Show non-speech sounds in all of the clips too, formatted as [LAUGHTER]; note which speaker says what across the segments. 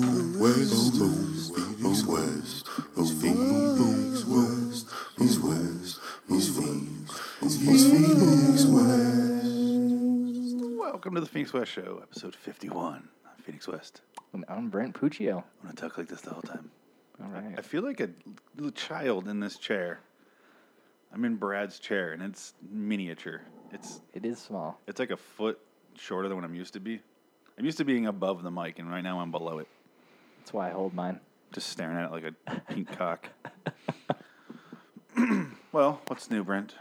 Speaker 1: west, he's west, he's Phoenix west, he's west, he's Phoenix, he's Phoenix west.
Speaker 2: Welcome to the Phoenix West Show, episode 51. I'm Phoenix West.
Speaker 3: And I'm Brent Puccio.
Speaker 2: I'm going to talk like this the whole time. [LAUGHS]
Speaker 3: All right.
Speaker 2: I feel like a little child in this chair. I'm in Brad's chair, and it's miniature. It's
Speaker 3: It is small.
Speaker 2: it's like a foot shorter than what I'm used to be. I'm used to being above the mic, and right now I'm below it,
Speaker 3: That's why I hold mine.
Speaker 2: just staring at it like a pink cock. [CLEARS THROAT] well, what's new, Brent?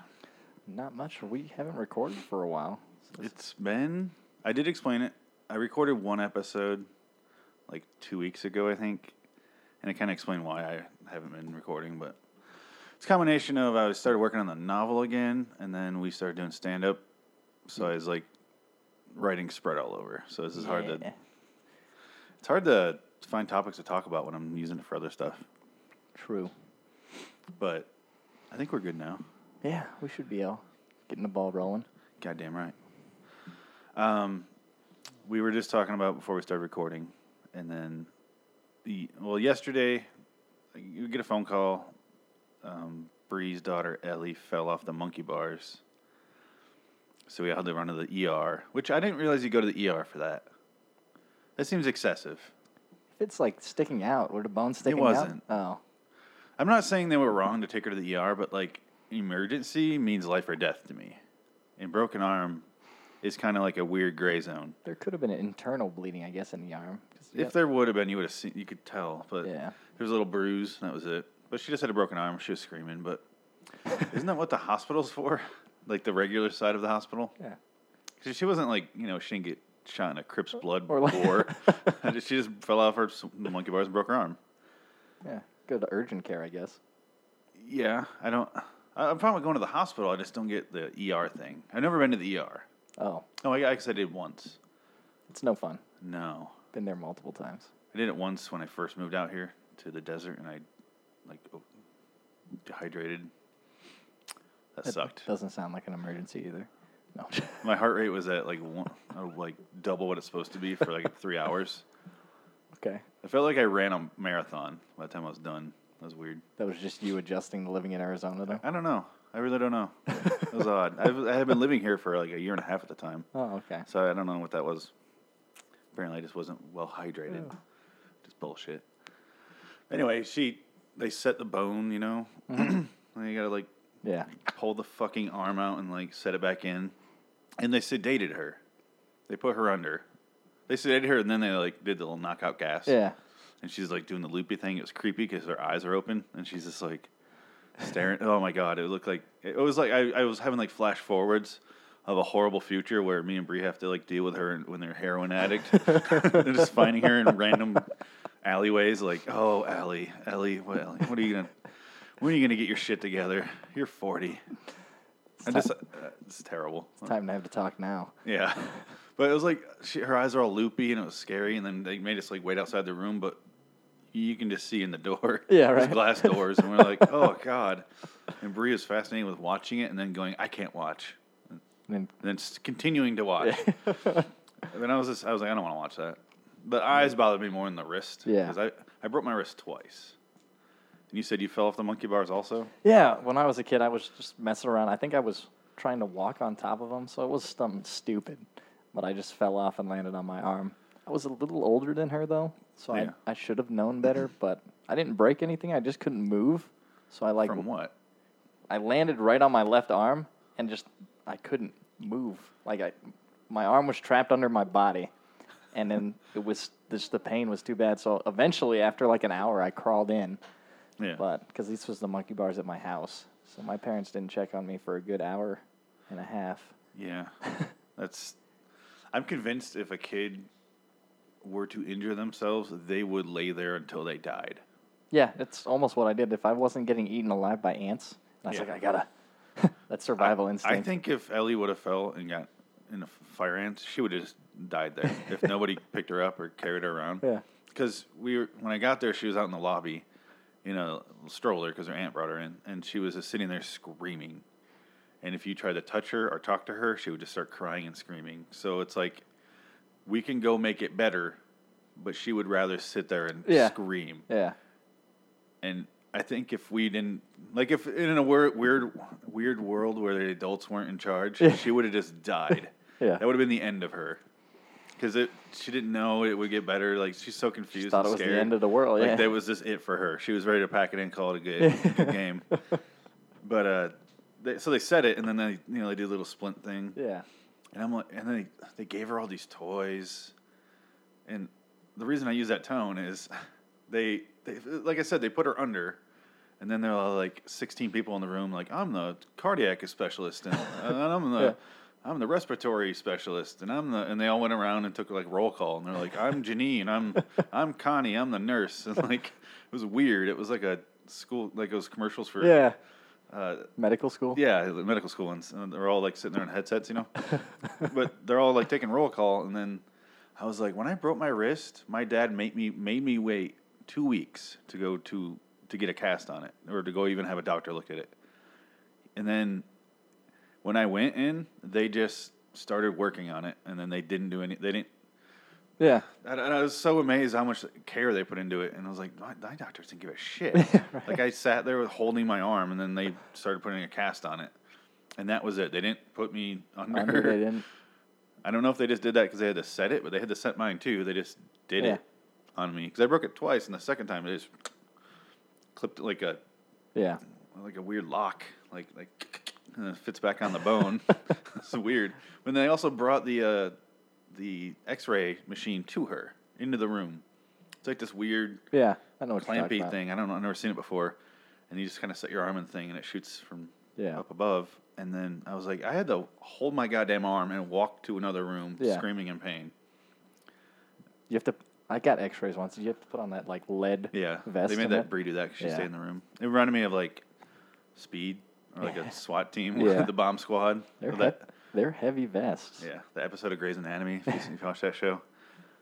Speaker 3: Not much. We haven't recorded for a while. So it's-
Speaker 2: It's been. I did explain it. I recorded one episode like two weeks ago, I think, and it kind of explained why I haven't been recording. But it's a combination of I started working on the novel again, and then we started doing stand up. So I was like writing spread all over. So this is hard to.
Speaker 3: Yeah.
Speaker 2: It's hard to find topics to talk about when I'm using it for other stuff.
Speaker 3: True.
Speaker 2: But I think we're good now.
Speaker 3: Yeah, we should be all getting the ball rolling.
Speaker 2: Goddamn right. Um, we were just talking about before we started recording, and then the well yesterday, you get a phone call. Um, Bree's daughter Ellie fell off the monkey bars, so we had to run to the ER. Which I didn't realize you go to the ER for that. That seems excessive.
Speaker 3: If it's like sticking out, Oh, were the bones sticking
Speaker 2: wasn't.
Speaker 3: out?
Speaker 2: I'm not saying they were wrong to take her to the ER, but like emergency means life or death to me, and broken arm is kind of like a weird gray zone.
Speaker 3: Oh, there could have been an internal bleeding, I guess, in the arm. 'Cause we
Speaker 2: If there would have been, you would have seen. You could tell, but
Speaker 3: got-
Speaker 2: there
Speaker 3: yeah,
Speaker 2: was a little bruise. And that was it. But she just had a broken arm. She was screaming. But isn't that what the hospital's for? Like the regular side of the hospital?
Speaker 3: yeah,
Speaker 2: 'Cause she wasn't like you know she didn't get shot in a Crips blood
Speaker 3: Or
Speaker 2: or
Speaker 3: like- [LAUGHS]
Speaker 2: she just fell off her s- the monkey bars and broke her arm.
Speaker 3: yeah. Go to urgent care, I guess.
Speaker 2: Yeah, I don't. I- I'm fine with going to the hospital. I just don't get the ER thing. I've never been to the ER.
Speaker 3: Oh,
Speaker 2: No, I I guess I did once.
Speaker 3: it's no fun.
Speaker 2: No,
Speaker 3: Been there multiple times.
Speaker 2: I did it once when I first moved out here to the desert, and I like o- dehydrated. That
Speaker 3: That
Speaker 2: sucked.
Speaker 3: Doesn't sound like an emergency either. No. [LAUGHS]
Speaker 2: My heart rate was at like one, uh, like double what it's supposed to be for like three hours.
Speaker 3: okay.
Speaker 2: I felt like I ran a marathon by the time I was done. That was weird.
Speaker 3: That was just you adjusting to living in
Speaker 2: [LAUGHS]
Speaker 3: Arizona, though.
Speaker 2: I don't know. I really don't know. It was odd. I, was, I had been living here for like a year and a half at the time,
Speaker 3: Oh, okay.
Speaker 2: so I don't know what that was. Apparently, I just wasn't well hydrated. Just bullshit. Anyway, she they set the bone, you know. [CLEARS THROAT] and you gotta like
Speaker 3: Yeah.
Speaker 2: pull the fucking arm out and like set it back in. And they sedated her. They put her under. They sedated her and then they like did the little knockout gas.
Speaker 3: Yeah.
Speaker 2: And she's like doing the loopy thing. It was creepy because her eyes are open and she's just like staring. oh my god! It looked like it was like I, I was having like flash forwards of a horrible future where me and Bree have to like deal with her when they're heroin addict. [LAUGHS] they're just finding her in random alleyways. Like, oh, Allie, Ellie, what, Ellie, what are you gonna? When are you gonna get your shit together? You're forty. I just, uh, it's terrible.
Speaker 3: Time to have to talk now.
Speaker 2: Yeah. [LAUGHS] But it was like she, her eyes are all loopy and it was scary. And then they made us like wait outside the room, but you can just see in the door.
Speaker 3: [LAUGHS] Yeah,
Speaker 2: There's
Speaker 3: right.
Speaker 2: glass doors. And we're like,
Speaker 3: [LAUGHS]
Speaker 2: oh, God. And Brie was fascinated with watching it and then going, I can't watch.
Speaker 3: And
Speaker 2: And then s- continuing to watch.
Speaker 3: [LAUGHS]
Speaker 2: and then I was just, I was like, I don't want to watch that. The eyes bothered me more than the wrist.
Speaker 3: Yeah.
Speaker 2: Because I, I broke my wrist twice. And you said you fell off the monkey bars also?
Speaker 3: yeah, when I was a kid, I was just messing around. I think I was trying to walk on top of them, so it was something stupid. But I just fell off and landed on my arm. I was a little older than her though, so
Speaker 2: Yeah.
Speaker 3: I, I should have known better. [LAUGHS] But I didn't break anything. I just couldn't move. So I like
Speaker 2: From what?
Speaker 3: I landed right on my left arm and just I couldn't move. Like I, my arm was trapped under my body, and then it was just the pain was too bad. So eventually, after like an hour, I crawled in.
Speaker 2: Yeah.
Speaker 3: but because this was the monkey bars at my house, so my parents didn't check on me for a good hour and a half.
Speaker 2: Yeah. That's I'm convinced if a kid were to injure themselves, they would lay there until they died.
Speaker 3: Yeah, it's almost what I did. If I wasn't getting eaten alive by ants, I was
Speaker 2: Yeah.
Speaker 3: like, I gotta. [LAUGHS] that survival instinct.
Speaker 2: I think if Ellie would have fell and got in a fire ant, she would have just died there
Speaker 3: [LAUGHS]
Speaker 2: if nobody picked her up or carried her around.
Speaker 3: Yeah.
Speaker 2: Because we were, when I got there, she was out in the lobby in a stroller because her aunt brought her in, and she was just sitting there screaming. And if you tried to touch her or talk to her, she would just start crying and screaming. So it's like, we can go make it better but she would rather sit there and
Speaker 3: Yeah.
Speaker 2: scream.
Speaker 3: Yeah.
Speaker 2: And I think if we didn't, like, if in a weird, weird, weird world where the adults weren't in charge, she would have just died.
Speaker 3: [LAUGHS] Yeah.
Speaker 2: that would have been the end of her. Because it, she didn't know it would get better. Like she's so confused. and
Speaker 3: thought it was the
Speaker 2: scared.
Speaker 3: end of the world,
Speaker 2: Like
Speaker 3: yeah.
Speaker 2: that was just it for her. She was ready to pack it in, call it a
Speaker 3: [LAUGHS]
Speaker 2: good, good game. But uh, they, so they said it, and then they, you know, they do a little splint thing.
Speaker 3: Yeah.
Speaker 2: And I'm like, and then they, they gave her all these toys. And the reason I use that tone is [LAUGHS] they, they, like I said, they put her under. And then there are like 16 people in the room, like, I'm the cardiac specialist, and, [LAUGHS] and I'm the.
Speaker 3: Yeah.
Speaker 2: I'm the respiratory specialist, and I'm the and they all went around and took like roll call, and they're like, "I'm Janine,
Speaker 3: [LAUGHS]
Speaker 2: I'm I'm Connie, I'm the nurse," and like it was weird. It was like a school, like those commercials for
Speaker 3: Yeah.
Speaker 2: uh,
Speaker 3: Medical school.
Speaker 2: yeah, the medical school ones. And they're all like sitting there on headsets, you know. but they're all like taking roll call, and then I was like, when I broke my wrist, my dad made me made me wait two weeks to go to to get a cast on it, or to go even have a doctor look at it. And then when I went in, they just started working on it, and then they didn't do any. They didn't.
Speaker 3: Yeah.
Speaker 2: And and I was so amazed how much care they put into it, and I was like, my, my doctors didn't give a
Speaker 3: [LAUGHS]
Speaker 2: shit. Like I sat there with holding my arm, and then they started putting a cast on it, and that was it. They didn't put me under.
Speaker 3: I knew they didn't.
Speaker 2: [LAUGHS] I don't know if they just did that because they had to set it, but they had to set mine too. They just did
Speaker 3: Yeah.
Speaker 2: it on me because I broke it twice, and the second time they just clipped it like a
Speaker 3: Yeah.
Speaker 2: like a weird lock, like like and it fits back on the
Speaker 3: [LAUGHS]
Speaker 2: bone. it's weird. But they also brought the uh, the X-ray machine to her into the room. It's like this weird
Speaker 3: Yeah. I know what you're talking
Speaker 2: clampy
Speaker 3: about.
Speaker 2: thing. I don't know. I've never seen it before. And you just kind of set your arm in the thing, and it shoots from
Speaker 3: Yeah.
Speaker 2: up above. And then I was like, I had to hold my goddamn arm and walk to another room,
Speaker 3: Yeah.
Speaker 2: screaming in pain.
Speaker 3: You have to. I got X-rays once. You have to put on that like lead
Speaker 2: Yeah,
Speaker 3: vest.
Speaker 2: they made
Speaker 3: and
Speaker 2: that Brie do that because she
Speaker 3: Yeah.
Speaker 2: stayed in the room. It reminded me of like Speed or like
Speaker 3: [LAUGHS]
Speaker 2: a SWAT team, [LAUGHS]
Speaker 3: Yeah.
Speaker 2: the bomb squad.
Speaker 3: They're,
Speaker 2: Or
Speaker 3: he-
Speaker 2: that-
Speaker 3: they're heavy vests.
Speaker 2: Yeah, the episode of Grey's Anatomy. If you, if you watch that show,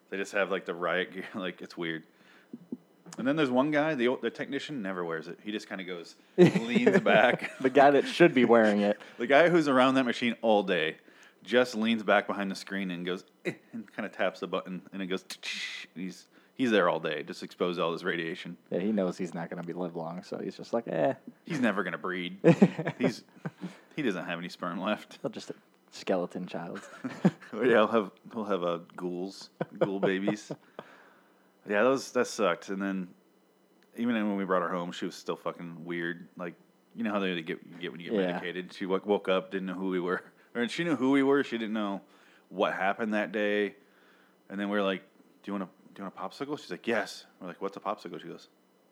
Speaker 2: they just have like the riot gear. [LAUGHS] Like it's weird. And then there's one guy, the old- the technician, never wears it. He just kind of goes,
Speaker 3: [LAUGHS]
Speaker 2: leans back.
Speaker 3: The guy that should be
Speaker 2: [LAUGHS]
Speaker 3: wearing it.
Speaker 2: the guy who's around that machine all day, just leans back behind the screen and goes, "Eh," and kind of taps the button, and it goes. and he's he's there all day, just exposed to all this radiation.
Speaker 3: Yeah, he knows he's not going to be live long, so he's just
Speaker 2: [LAUGHS]
Speaker 3: like, eh,
Speaker 2: He's never gonna
Speaker 3: [LAUGHS]
Speaker 2: breed. he's he doesn't have any sperm left.
Speaker 3: he'll just a skeleton child.
Speaker 2: [LAUGHS]
Speaker 3: [LAUGHS]
Speaker 2: Or, yeah, he'll have he'll have uh, ghouls, ghoul babies. Yeah, those that sucked. And then even when we brought her home, she was still fucking weird. Like you know how they get you get when you get
Speaker 3: Yeah.
Speaker 2: medicated. She woke, woke up, didn't know who we were, [LAUGHS] or she knew who we were. She didn't know what happened that day. And then we were like, "Do you want a do you want a popsicle?" She's like, "Yes." We're like, "What's a popsicle?" She goes,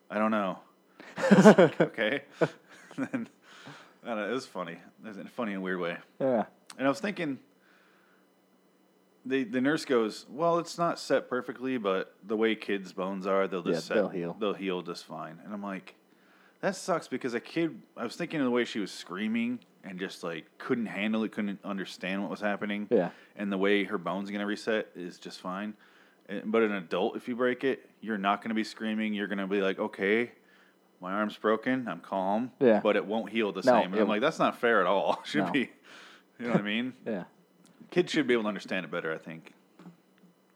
Speaker 2: "I don't know." [LAUGHS] I was like, okay. [LAUGHS] and then, I don't know, it was funny. It was funny in a weird way.
Speaker 3: yeah,
Speaker 2: And I was thinking, the the nurse goes, "Well, it's not set perfectly, but the way kids' bones are, they'll just set,
Speaker 3: Yeah, they'll heal.
Speaker 2: They'll heal just fine." And I'm like, "That sucks," because a kid. I was thinking of the way she was screaming and just like couldn't handle it, couldn't understand what was happening.
Speaker 3: Yeah.
Speaker 2: And the way her bones are gonna reset is just fine. And- But an adult, if you break it, you're not gonna be screaming. You're gonna be like, "Okay." My arm's broken. I'm calm,
Speaker 3: Yeah.
Speaker 2: but it won't heal the
Speaker 3: No,
Speaker 2: same. And I'm
Speaker 3: it-
Speaker 2: like, that's not fair at all. [LAUGHS] Should
Speaker 3: No.
Speaker 2: be, you know what I mean?
Speaker 3: [LAUGHS] yeah,
Speaker 2: Kids should be able to understand it better, I think,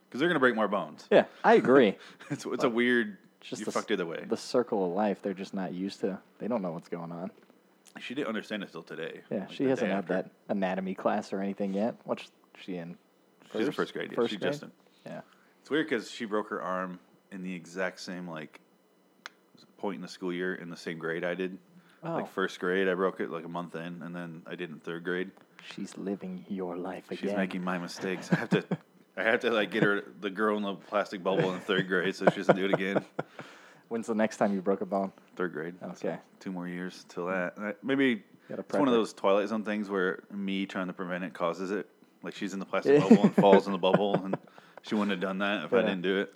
Speaker 2: because they're gonna break more bones.
Speaker 3: yeah. I agree.
Speaker 2: [LAUGHS] It's it's a weird.
Speaker 3: It's just
Speaker 2: you
Speaker 3: the, s-
Speaker 2: fucked either way.
Speaker 3: The circle of life. They're just not used to. They don't know what's going on.
Speaker 2: she didn't understand it till today.
Speaker 3: Yeah,
Speaker 2: like,
Speaker 3: she
Speaker 2: the
Speaker 3: hasn't
Speaker 2: day
Speaker 3: had
Speaker 2: after.
Speaker 3: that anatomy class or anything yet. What's she in?
Speaker 2: She's in first grade. Yeah.
Speaker 3: First
Speaker 2: She's
Speaker 3: grade?
Speaker 2: Justin.
Speaker 3: Yeah.
Speaker 2: It's weird because she broke her arm in the exact same like point in the school year in the same grade I did.
Speaker 3: Oh.
Speaker 2: Like first grade, I broke it like a month in, and then I did in third grade.
Speaker 3: She's living your life again.
Speaker 2: She's making my mistakes. I have to,
Speaker 3: [LAUGHS]
Speaker 2: I have to like get her the girl in the plastic bubble in third grade, so she doesn't do it again.
Speaker 3: [LAUGHS] When's the next time you broke a bone? [LAUGHS]
Speaker 2: Third grade. so
Speaker 3: Okay.
Speaker 2: two more years till that. Uh, Maybe
Speaker 3: Gotta
Speaker 2: it's one
Speaker 3: prep
Speaker 2: of
Speaker 3: it.
Speaker 2: those Twilight Zone things where me trying to prevent it causes it. Like she's in the plastic bubble and falls in
Speaker 3: [LAUGHS]
Speaker 2: the bubble, and she wouldn't have done that if I
Speaker 3: Yeah.
Speaker 2: didn't do it.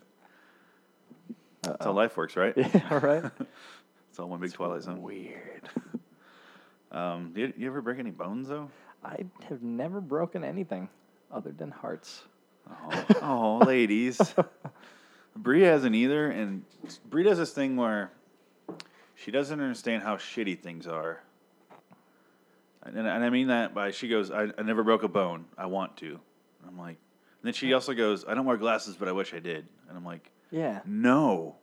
Speaker 2: That's how life works,
Speaker 3: [LAUGHS]
Speaker 2: right? [LAUGHS]
Speaker 3: Yeah, right.
Speaker 2: It's all one big Twilight Zone.
Speaker 3: Weird.
Speaker 2: Um, you, you ever break any bones though?
Speaker 3: I have never broken anything other than hearts.
Speaker 2: Oh, oh
Speaker 3: [LAUGHS]
Speaker 2: ladies. Bree hasn't either, and Bree does this thing where she doesn't understand how shitty things are. And, and I mean that by she goes, I, I never broke a bone. I want to. I'm like, then she also goes, I don't wear glasses, but I wish I did. And I'm like,
Speaker 3: Yeah.
Speaker 2: no.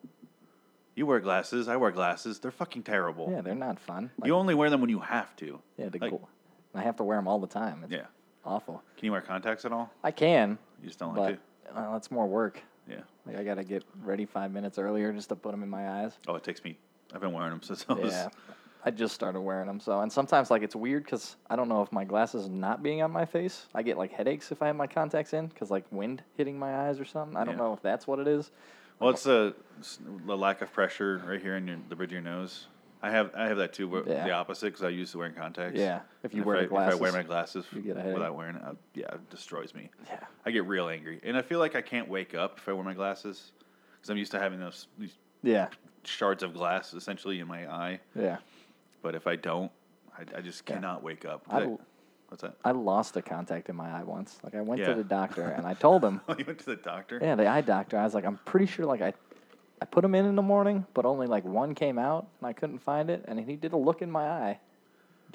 Speaker 2: You wear glasses. I wear glasses. They're fucking terrible.
Speaker 3: Yeah, they're not fun. Like,
Speaker 2: you only wear them when you have to.
Speaker 3: yeah, they're
Speaker 2: like-
Speaker 3: cool. And I have to wear them all the time. It's
Speaker 2: Yeah.
Speaker 3: awful.
Speaker 2: Can you wear contacts at all?
Speaker 3: I can,
Speaker 2: You just don't like
Speaker 3: but
Speaker 2: to.
Speaker 3: uh, it's more work.
Speaker 2: Yeah.
Speaker 3: Like I gotta get ready five minutes earlier just to put them in my
Speaker 2: [LAUGHS]
Speaker 3: eyes.
Speaker 2: Oh, it takes me. I've been wearing them since I was.
Speaker 3: Yeah, I just started wearing them. So, and sometimes like it's weird because I don't know if my glasses not being on my face, I get like headaches if I have my contacts in because like wind hitting my eyes or something. I don't
Speaker 2: Yeah.
Speaker 3: know if that's what it is.
Speaker 2: Well, it's the it's the lack of pressure right here in your, the bridge of your nose. I have I have that too. But
Speaker 3: Yeah.
Speaker 2: The opposite because I used to wearing contacts.
Speaker 3: Yeah, if you
Speaker 2: And
Speaker 3: wear
Speaker 2: I,
Speaker 3: the
Speaker 2: if I wear
Speaker 3: glasses,
Speaker 2: my glasses
Speaker 3: you get a headache.
Speaker 2: without wearing it, I, yeah, it destroys me.
Speaker 3: Yeah.
Speaker 2: I get real angry, and I feel like I can't wake up if I wear my glasses because I'm used to having those these
Speaker 3: Yeah,
Speaker 2: shards of glass essentially in my eye.
Speaker 3: yeah.
Speaker 2: But if I don't, I, I just cannot wake up.
Speaker 3: I
Speaker 2: Did I-
Speaker 3: l-
Speaker 2: what's that? [LAUGHS]
Speaker 3: I lost a contact in my eye once. Like I went
Speaker 2: Yeah.
Speaker 3: to the doctor and I told
Speaker 2: [LAUGHS]
Speaker 3: him,
Speaker 2: Oh, you went to the doctor.
Speaker 3: yeah, the eye doctor. I was like, I'm pretty sure like I, I put them in in the morning, but only like one came out and I couldn't find it. And he did a look in my eye,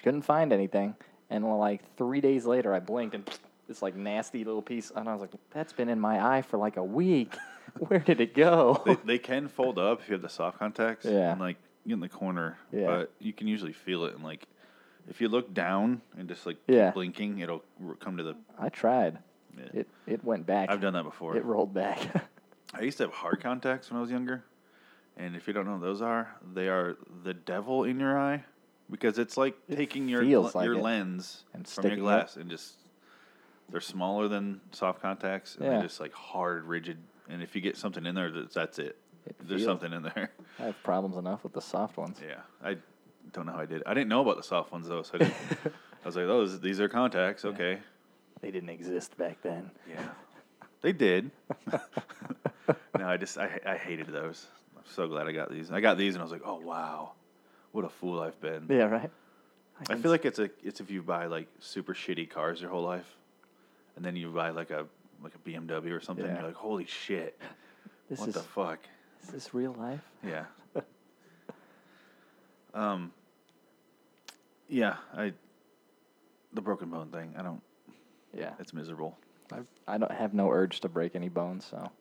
Speaker 3: couldn't find anything. And like three days later, I blinked and [LAUGHS] this like nasty little piece. And I was like, that's been in my eye for like a week. [LAUGHS] Where did it
Speaker 2: they,
Speaker 3: go?
Speaker 2: they can fold up if you have the soft contacts.
Speaker 3: Yeah.
Speaker 2: And like in the corner.
Speaker 3: Yeah.
Speaker 2: But you can usually feel it. And like if you look down and just like
Speaker 3: Yeah.
Speaker 2: keep blinking, it'll r- come to the.
Speaker 3: [LAUGHS] I tried.
Speaker 2: Yeah.
Speaker 3: It it went back.
Speaker 2: I've done that before.
Speaker 3: It rolled back. [LAUGHS]
Speaker 2: I used to have hard contacts when I was younger. And if you don't know what those are, they are the devil in your eye because it's like taking your
Speaker 3: feels like
Speaker 2: your
Speaker 3: it.
Speaker 2: lens
Speaker 3: And
Speaker 2: from your
Speaker 3: sticking it.
Speaker 2: glass and just they're smaller than soft contacts and
Speaker 3: Yeah.
Speaker 2: they're just like hard, rigid. And if you get something in there, that's, that's it.
Speaker 3: It
Speaker 2: There's
Speaker 3: feels-
Speaker 2: something in there.
Speaker 3: I have problems enough with the soft ones.
Speaker 2: Yeah, I don't know how I did. it. I didn't know about the soft ones though, so I, didn't, I was like, "Oh, this- these are contacts." Okay,
Speaker 3: [LAUGHS] They didn't exist back then.
Speaker 2: yeah, they did. [LAUGHS] no, I just I, I hated those. I'm so glad I got these. I got these, and I was like, "Oh wow, what a fool I've been."
Speaker 3: [LAUGHS] Yeah, right.
Speaker 2: I
Speaker 3: can
Speaker 2: feel like it's a it's if you buy like super shitty cars your whole life, and then you buy like a like a BMW or something.
Speaker 3: Yeah.
Speaker 2: You're like, "Holy shit,
Speaker 3: This
Speaker 2: what
Speaker 3: is
Speaker 2: the fuck?"
Speaker 3: is this real life?
Speaker 2: Yeah. [LAUGHS] um. Yeah, I. The broken bone thing. I don't.
Speaker 3: Yeah,
Speaker 2: It's miserable.
Speaker 3: I, I don't have no urge to break any bones, so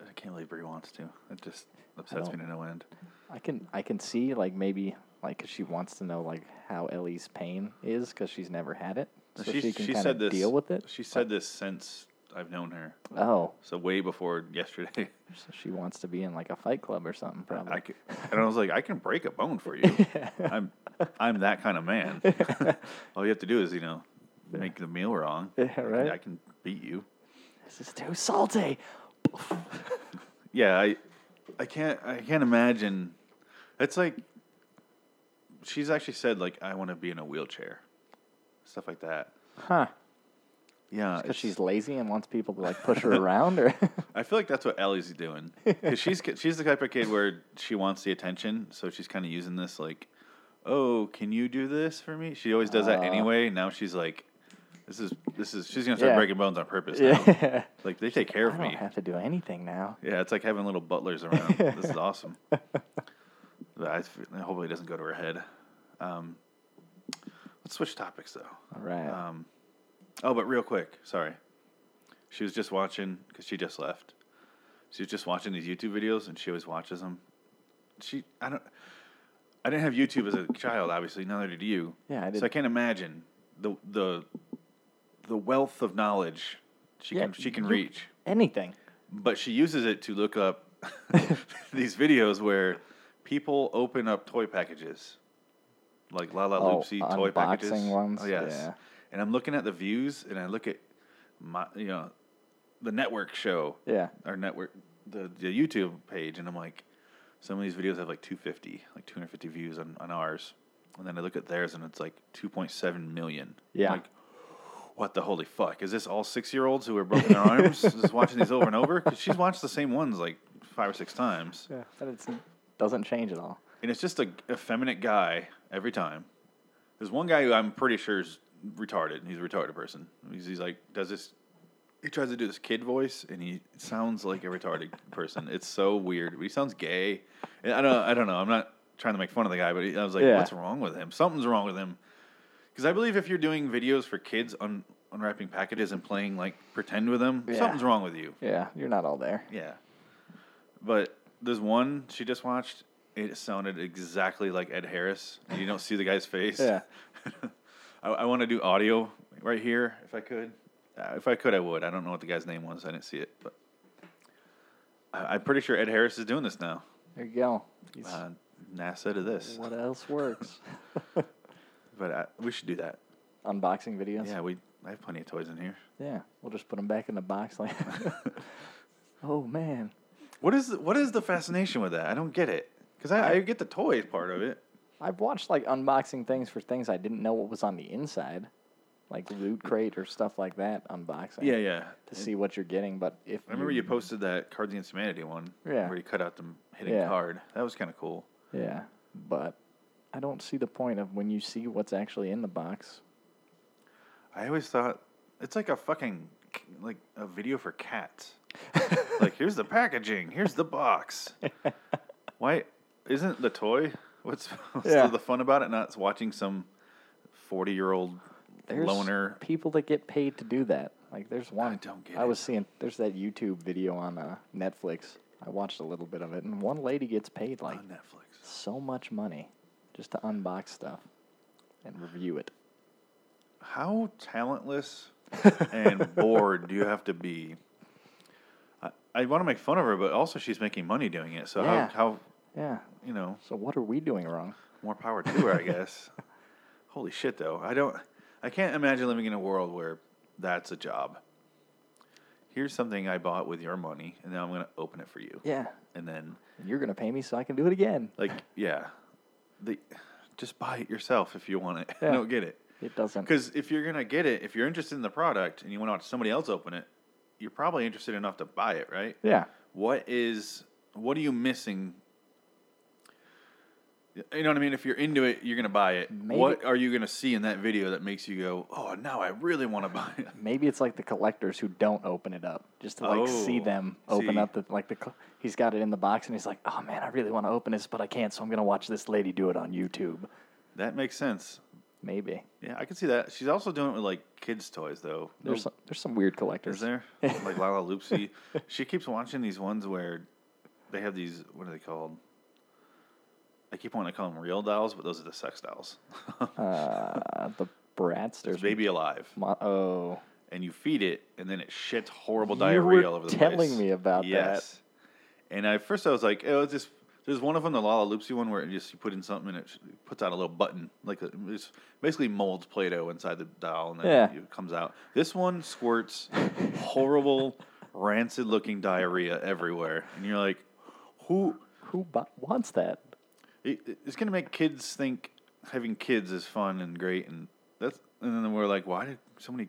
Speaker 2: I can't believe Brie wants to. It just upsets me
Speaker 3: don't-
Speaker 2: to no end.
Speaker 3: I can I can see like maybe like 'cause she wants to know like how Ellie's pain is because she's never had it, so she, can kind of deal with it.
Speaker 2: She said this since I've known her.
Speaker 3: Oh,
Speaker 2: So way before yesterday.
Speaker 3: [LAUGHS] so she wants to be in like a fight club or something, probably.
Speaker 2: I could, and I was like, I can break a bone for
Speaker 3: [LAUGHS]
Speaker 2: you. [LAUGHS] I'm I'm that kind of man. All you have to do is you know make the meal wrong.
Speaker 3: Yeah,
Speaker 2: I can-
Speaker 3: right.
Speaker 2: I can beat you.
Speaker 3: this is too salty.
Speaker 2: yeah i i can't i can't imagine it's like she's actually said like i want to be in a wheelchair stuff like that
Speaker 3: Huh?
Speaker 2: yeah
Speaker 3: Because
Speaker 2: it's-
Speaker 3: she's lazy and wants people to like push
Speaker 2: [LAUGHS]
Speaker 3: her around, or
Speaker 2: i feel like that's what ellie's
Speaker 3: [LAUGHS]
Speaker 2: doing 'Cause she's she's the type of kid where she wants the attention so she's kind of using this like oh can you do this for me she always does that
Speaker 3: Uh.
Speaker 2: anyway now she's like this is this is she's gonna start
Speaker 3: Yeah.
Speaker 2: breaking bones on purpose now
Speaker 3: [LAUGHS] [LAUGHS] yeah.
Speaker 2: like they take care
Speaker 3: I
Speaker 2: of
Speaker 3: don't
Speaker 2: me
Speaker 3: have to do anything now.
Speaker 2: Yeah, it's like having little
Speaker 3: [LAUGHS]
Speaker 2: butlers around. this is awesome. But I, f- I hope it doesn't go to her head. Um, let's switch topics though.
Speaker 3: All right.
Speaker 2: Um, oh, but real quick, sorry. She was just watching because she just left. She was just watching these YouTube videos, and she always watches them. She, I don't. I didn't have YouTube as a child, obviously. Neither did you.
Speaker 3: Yeah, I
Speaker 2: So I
Speaker 3: didn't.
Speaker 2: can't imagine the the the wealth of knowledge she
Speaker 3: Yeah,
Speaker 2: can she can
Speaker 3: you-
Speaker 2: reach
Speaker 3: anything.
Speaker 2: but she uses it to look
Speaker 3: [LAUGHS]
Speaker 2: up [LAUGHS] these videos where people open up toy packages, like La La
Speaker 3: Oh,
Speaker 2: Loopsy toy packages.
Speaker 3: unboxing ones?
Speaker 2: Oh, yes.
Speaker 3: Yeah.
Speaker 2: And I'm looking at the views, and I look at my, you know, the network show,
Speaker 3: Yeah.
Speaker 2: our network, the, the YouTube page, and I'm like, some of these videos have like 250, like 250 views on, on ours, and then I look at theirs, and it's like 2.7 million.
Speaker 3: Yeah.
Speaker 2: Like, what the holy fuck is this all six year olds who are broken their arms just watching these over and over 'Cause she's watched the same ones like five or six times
Speaker 3: Yeah. But it doesn't change at all.
Speaker 2: and it's just a effeminate guy every time there's one guy who i'm pretty sure is retarded he's a retarded person he's, he's like does this he tries to do this kid voice and he sounds like a retarded [LAUGHS] person it's so weird he sounds gay and i don't i don't know i'm not trying to make fun of the guy but he- i was like
Speaker 3: Yeah.
Speaker 2: what's wrong with him something's wrong with him because I believe if you're doing videos for kids on unwrapping packages and playing like pretend with them,
Speaker 3: Yeah.
Speaker 2: something's wrong with you.
Speaker 3: Yeah, you're not all there.
Speaker 2: Yeah. But there's one she just watched. It sounded exactly like Ed Harris. You don't see the guy's face.
Speaker 3: Yeah.
Speaker 2: [LAUGHS] I, I want to do audio right here if I could. Uh, if I could, I would. I don't know what the guy's name was. I didn't see it, but I, I'm pretty sure Ed Harris is doing this now.
Speaker 3: There you go. He's-
Speaker 2: Uh, NASA to this,
Speaker 3: what else works?
Speaker 2: but I, we should do that.
Speaker 3: [LAUGHS] Unboxing videos.
Speaker 2: Yeah, we. I have plenty of toys in
Speaker 3: [LAUGHS]
Speaker 2: here.
Speaker 3: Yeah, We'll just put them back in the
Speaker 2: [LAUGHS]
Speaker 3: box. Like, [LAUGHS] oh man,
Speaker 2: What is the, what is the fascination with that? I don't get it. Because I, I get the toys part of it.
Speaker 3: I've watched like unboxing things for things I didn't know what was on the inside, like loot crate or stuff like that. Unboxing.
Speaker 2: Yeah, yeah.
Speaker 3: To see what you're getting, but if
Speaker 2: I remember you posted that Cards Against Humanity one.
Speaker 3: Hmm. Yeah.
Speaker 2: Where you cut out the hidden
Speaker 3: Yeah.
Speaker 2: card. That was kind of cool.
Speaker 3: Yeah, but I don't see the point of when you see what's actually in the box.
Speaker 2: I always thought it's like a fucking like a video for
Speaker 3: [LAUGHS]
Speaker 2: cats. like here's the packaging, here's the box. Why isn't the toy? What's, what's
Speaker 3: Yeah.
Speaker 2: the fun about it? Not watching some forty year old
Speaker 3: There's
Speaker 2: loner.
Speaker 3: people that get paid to do that. Like there's one.
Speaker 2: don't get
Speaker 3: I
Speaker 2: it.
Speaker 3: was seeing there's that YouTube video on uh, Netflix. I watched a little bit of it, and one lady gets paid like
Speaker 2: on Netflix.
Speaker 3: so much money just to unbox stuff and review it.
Speaker 2: How talentless
Speaker 3: [LAUGHS]
Speaker 2: and bored do you have to be? I, I want to make fun of her, but also she's making money doing it. So
Speaker 3: Yeah.
Speaker 2: how, how
Speaker 3: Yeah.
Speaker 2: you know
Speaker 3: So what are we doing wrong?
Speaker 2: More power to her, I
Speaker 3: [LAUGHS]
Speaker 2: guess. Holy shit, though. I don't. I can't imagine living in a world where that's a job. Here's something I bought with your money, and now I'm gonna open it for you.
Speaker 3: Yeah.
Speaker 2: And then,
Speaker 3: And you're gonna pay me so I can do it again.
Speaker 2: like, yeah, the just buy it yourself if you want it.
Speaker 3: Yeah.
Speaker 2: [LAUGHS] don't get it.
Speaker 3: It doesn't.
Speaker 2: Because if you're gonna get it, if you're interested in the product and you want to watch somebody else open it, you're probably interested enough to buy it, right?
Speaker 3: Yeah.
Speaker 2: what is what are you missing you know what i mean if you're into it you're gonna buy it
Speaker 3: Maybe-
Speaker 2: what are you gonna see in that video that makes you go oh now i really want to buy it [LAUGHS]
Speaker 3: Maybe it's like the collectors who don't open it up, just to like see
Speaker 2: Oh,
Speaker 3: them open
Speaker 2: see.
Speaker 3: up the like the. cl- He's got it in the box and he's like, "Oh man, I really want to open this, but I can't, so I'm gonna watch this lady do it on YouTube."
Speaker 2: that makes sense
Speaker 3: Maybe
Speaker 2: yeah i can see that she's also doing it with like kids toys though
Speaker 3: there's
Speaker 2: Those-
Speaker 3: some, there's some weird collectors.
Speaker 2: is there like lala loopsy she keeps watching these ones where they have these what are they called i keep wanting to call them real dolls but those are the sex dolls
Speaker 3: Uh, the brats. There's
Speaker 2: baby alive
Speaker 3: Mo- oh,
Speaker 2: and you feed it, and then it shits horrible
Speaker 3: You
Speaker 2: diarrhea
Speaker 3: were
Speaker 2: all over the
Speaker 3: telling
Speaker 2: place.
Speaker 3: me about that.
Speaker 2: that. And I at first I was like, oh, it's just there's one of them, the Lala Loopsy one, where it just you put in something and it sh- puts out a little button, like a, it's basically molds Play-Doh inside the doll, and then
Speaker 3: Yeah.
Speaker 2: it comes out. This one squirts
Speaker 3: [LAUGHS]
Speaker 2: horrible, rancid-looking diarrhea everywhere, and you're like, who?
Speaker 3: who bu- wants that?
Speaker 2: it, it- it's gonna make kids think having kids is fun and great, and that's and then we're like, why did so many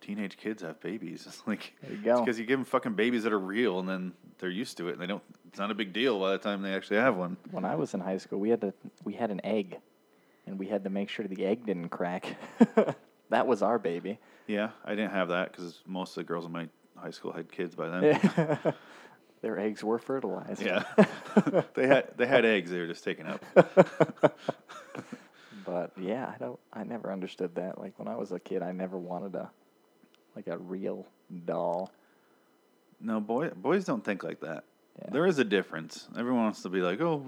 Speaker 2: teenage kids have babies? [LAUGHS] It's like
Speaker 3: There you go.
Speaker 2: because you give them fucking babies that are real, and then they're used to it, and they don't. It's not a big deal by the time they actually have one.
Speaker 3: When I was in high school, we had to we had an egg, and we had to make sure the egg didn't crack. [LAUGHS] that was our
Speaker 2: [LAUGHS]
Speaker 3: baby. [LAUGHS]
Speaker 2: Yeah, I didn't have that because most of the girls in my high school had kids by then.
Speaker 3: Their eggs were fertilized.
Speaker 2: [LAUGHS]
Speaker 3: [LAUGHS]
Speaker 2: Yeah, [LAUGHS] they had they had eggs. They were just taken up.
Speaker 3: But yeah, I don't. I never understood that. Like when I was a kid, I never wanted a like a real doll.
Speaker 2: No, boy, boys don't think like that.
Speaker 3: Yeah.
Speaker 2: There is a difference. Everyone wants to be like, "Oh,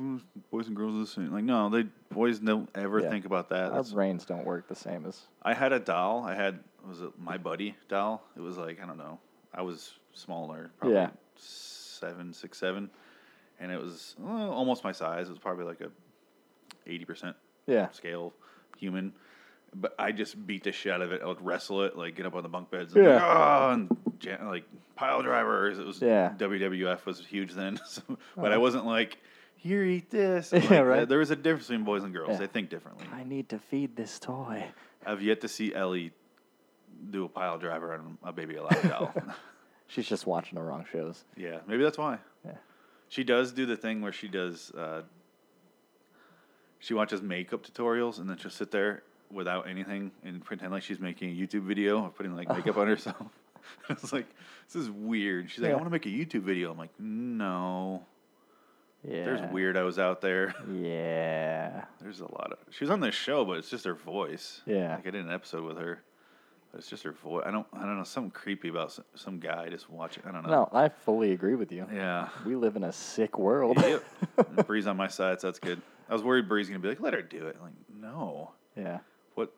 Speaker 2: boys and girls are the same." Like, no, they boys don't ever
Speaker 3: Yeah.
Speaker 2: think about that.
Speaker 3: Our
Speaker 2: That's-
Speaker 3: brains don't work the same as.
Speaker 2: I had a doll. I had was it my buddy doll? It was like I don't know. I was smaller, probably
Speaker 3: Yeah.
Speaker 2: seven, six, seven, and it was well, almost my size. It was probably like a eighty percent
Speaker 3: Yeah.
Speaker 2: scale human. But I just beat the shit out of it. I would wrestle it, like get up on the bunk beds, and, yeah. like, "Ah," and jam, like pile drivers. It was
Speaker 3: Yeah. Oh.
Speaker 2: WWF was huge then, [LAUGHS] so, but I wasn't like here, eat
Speaker 3: [LAUGHS]
Speaker 2: this. I'm
Speaker 3: Yeah,
Speaker 2: like,
Speaker 3: right.
Speaker 2: There was a difference between boys and girls.
Speaker 3: Yeah.
Speaker 2: They think differently.
Speaker 3: I need to feed this toy.
Speaker 2: I've yet to see Ellie do a pile driver on a baby alive
Speaker 3: [LAUGHS]
Speaker 2: doll.
Speaker 3: She's just watching the wrong shows.
Speaker 2: yeah, maybe that's why.
Speaker 3: Yeah.
Speaker 2: She does do the thing where she does. Uh, she watches makeup tutorials and then she'll sit there without anything and pretend like she's making a YouTube video of putting like makeup on
Speaker 3: [LAUGHS]
Speaker 2: herself. [LAUGHS] it's like this is weird. She's like, I
Speaker 3: Yeah.
Speaker 2: want to make a YouTube video. I'm like, no.
Speaker 3: Yeah.
Speaker 2: There's weirdos out there.
Speaker 3: Yeah.
Speaker 2: There's a lot of. She was on this show, but it's just her voice.
Speaker 3: Yeah.
Speaker 2: Like I did an episode with her, But it's just her voice. I don't. I don't know. Something creepy about some, some guy just watching. I don't know.
Speaker 3: No, I fully agree with you.
Speaker 2: Yeah.
Speaker 3: We live in a sick world.
Speaker 2: yep. And Bree's on my side, so that's good. I was worried Bree's gonna be like, "Let her do it." I'm like, no.
Speaker 3: [LAUGHS] yeah.
Speaker 2: What?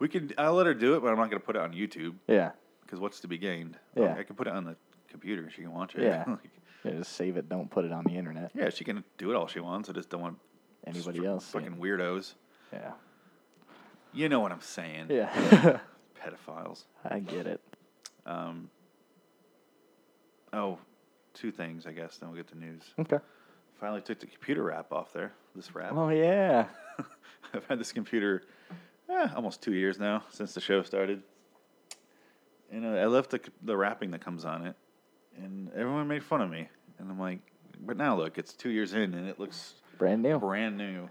Speaker 2: We could. I'll let her do it, but I'm not gonna put it on YouTube
Speaker 3: Yeah.
Speaker 2: because what's to be gained?
Speaker 3: Yeah.
Speaker 2: I can put it on the computer. and She can watch it.
Speaker 3: Yeah.
Speaker 2: [LAUGHS] Like,
Speaker 3: Yeah, just save it. Don't put it on the internet.
Speaker 2: yeah. She can do it all she wants. I just don't want
Speaker 3: Anybody else? see it.
Speaker 2: fucking weirdos.
Speaker 3: Yeah.
Speaker 2: You know what I'm saying?
Speaker 3: Yeah.
Speaker 2: Pedophiles.
Speaker 3: [LAUGHS] I get it.
Speaker 2: Um, oh, two things, I guess. Then we'll get to news.
Speaker 3: Okay.
Speaker 2: Finally took the computer wrap off there. This wrap.
Speaker 3: Oh yeah.
Speaker 2: [LAUGHS] I've had this computer eh, almost two years now since the show started. And uh, I left the, the wrapping that comes on it, and everyone made fun of me. And I'm like, but now look, it's two years in, and it looks
Speaker 3: Brand new.
Speaker 2: brand new.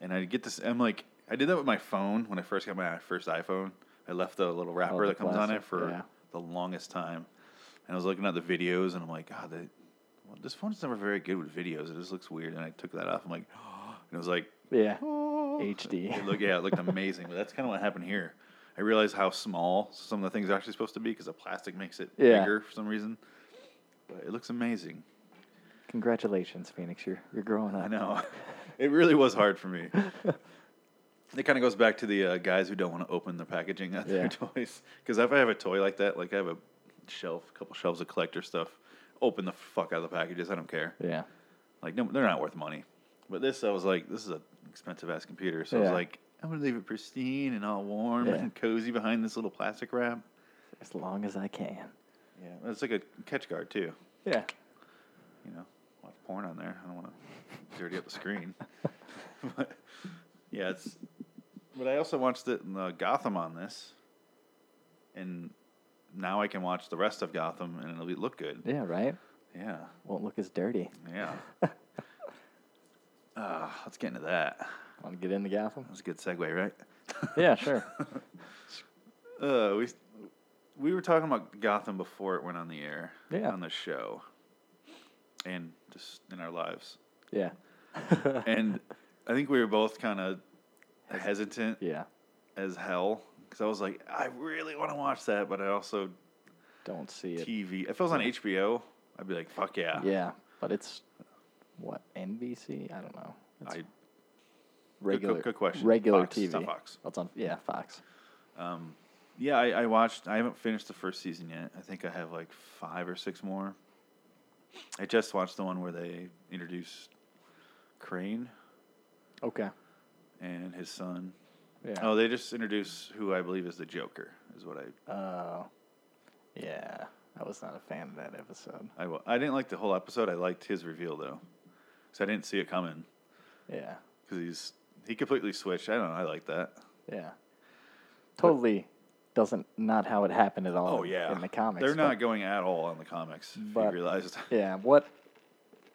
Speaker 2: And I get this. I'm like, I did that with my phone when I first got my first iPhone. I left the little wrapper
Speaker 3: Oh, the
Speaker 2: that comes on it
Speaker 3: plastic,
Speaker 2: for
Speaker 3: yeah.
Speaker 2: the longest time. And I was looking at the videos, and I'm like, God, they, well, this phone's never very good with videos. It just looks weird. And I took that off. I'm like, [GASPS] and it was
Speaker 3: [LAUGHS]
Speaker 2: like,
Speaker 3: Yeah.
Speaker 2: oh.
Speaker 3: HD.
Speaker 2: It looked, yeah, it looked amazing. but that's kind of what happened here. I realized how small some of the things are actually supposed to be because the plastic makes it
Speaker 3: Yeah.
Speaker 2: bigger for some reason. But it looks amazing.
Speaker 3: Congratulations, Phoenix. You're you're growing up.
Speaker 2: I know. [LAUGHS] It really was hard for
Speaker 3: [LAUGHS]
Speaker 2: me. It kind of goes back to the uh, guys who don't want to open the packaging on
Speaker 3: Yeah.
Speaker 2: their toys. Because if I have a toy like that, like I have a shelf, a couple shelves of collector stuff, open the fuck out of the packages. I don't care.
Speaker 3: Yeah.
Speaker 2: Like no, they're not worth money. But this, I was like, this is an expensive ass computer. So I was
Speaker 3: Yeah.
Speaker 2: like, I'm gonna leave it pristine and all warm
Speaker 3: Yeah.
Speaker 2: and cozy behind this little plastic wrap.
Speaker 3: As long as I can.
Speaker 2: Yeah, it's like a catch guard too.
Speaker 3: Yeah.
Speaker 2: you know, watch porn on there. I don't want to dirty up the screen. [LAUGHS] but yeah, it's. But I also watched it in uh, Gotham on this, and now I can watch the rest of Gotham and it'll be, look good.
Speaker 3: Yeah. Right.
Speaker 2: Yeah,
Speaker 3: Won't look as dirty.
Speaker 2: yeah. uh, let's get into that.
Speaker 3: Want to get
Speaker 2: [LAUGHS]
Speaker 3: into Gotham?
Speaker 2: That's a good segue, right?
Speaker 3: Yeah. Sure.
Speaker 2: Uh, we we were talking about Gotham before it went on the air.
Speaker 3: Yeah.
Speaker 2: On the show, and just in our lives. [LAUGHS]
Speaker 3: Yeah.
Speaker 2: and I think we were both kind of hesitant
Speaker 3: Yeah.
Speaker 2: as hell because I was like, I really want to watch that, but I also
Speaker 3: Don't see it.
Speaker 2: TV. If it was on HBO, I'd be like, fuck yeah,
Speaker 3: Yeah. But it's what NBC? I don't know. It's
Speaker 2: I
Speaker 3: regular.
Speaker 2: good question.
Speaker 3: Regular
Speaker 2: Fox, it's
Speaker 3: TV.
Speaker 2: on Fox.
Speaker 3: That's on. Yeah. Fox.
Speaker 2: yeah, I, I watched. I haven't finished the first season yet. I think I have like five or six more. I just watched the one where they introduced Crane
Speaker 3: Okay.
Speaker 2: and his son.
Speaker 3: Yeah.
Speaker 2: Oh, they just introduced who I believe is the Joker. Is what I
Speaker 3: Oh. Yeah. I was not a fan of that episode.
Speaker 2: I, wa- I didn't like the whole episode. I liked his reveal though, because I didn't see it coming.
Speaker 3: Yeah.
Speaker 2: Because he's he completely switched. I don't know. I like that.
Speaker 3: Yeah. Totally doesn't not how it happened at all. in- In the comics.
Speaker 2: Oh, they're
Speaker 3: but-
Speaker 2: not going at all on the comics. If you
Speaker 3: but-
Speaker 2: realized,
Speaker 3: Yeah. What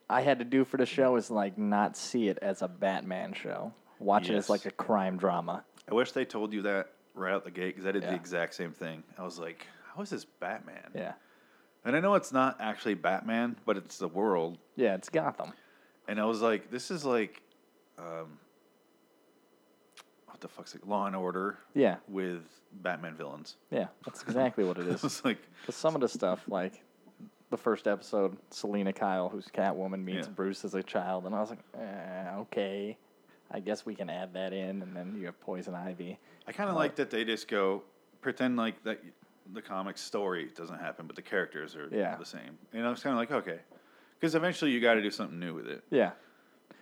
Speaker 3: I had to do for the show is like not see it as a Batman show. Watch it
Speaker 2: Yes.
Speaker 3: as like a crime drama.
Speaker 2: [LAUGHS] I wish they told you that right out the gate because I did the
Speaker 3: Yeah.
Speaker 2: exact same thing. I was like, how is this Batman?
Speaker 3: Yeah.
Speaker 2: And I know it's not actually Batman, but it's the world.
Speaker 3: Yeah. It's Gotham.
Speaker 2: And I was like, this is like, um, what the fuck's it? Law and Order
Speaker 3: Yeah.
Speaker 2: with Batman villains.
Speaker 3: Yeah. That's exactly what it
Speaker 2: It [LAUGHS]
Speaker 3: is.
Speaker 2: was like,
Speaker 3: Because some of the stuff, like the first episode, Selena Kyle, who's Catwoman, meets
Speaker 2: Yeah.
Speaker 3: Bruce as a child, and I was like, eh, okay, I guess we can add that in, and then you have Poison Ivy.
Speaker 2: I kind of like that they just go pretend like that the comic story doesn't happen, but the characters are
Speaker 3: Yeah.
Speaker 2: the same. And I was kind of like, okay, because eventually you got to do something new with it.
Speaker 3: Yeah,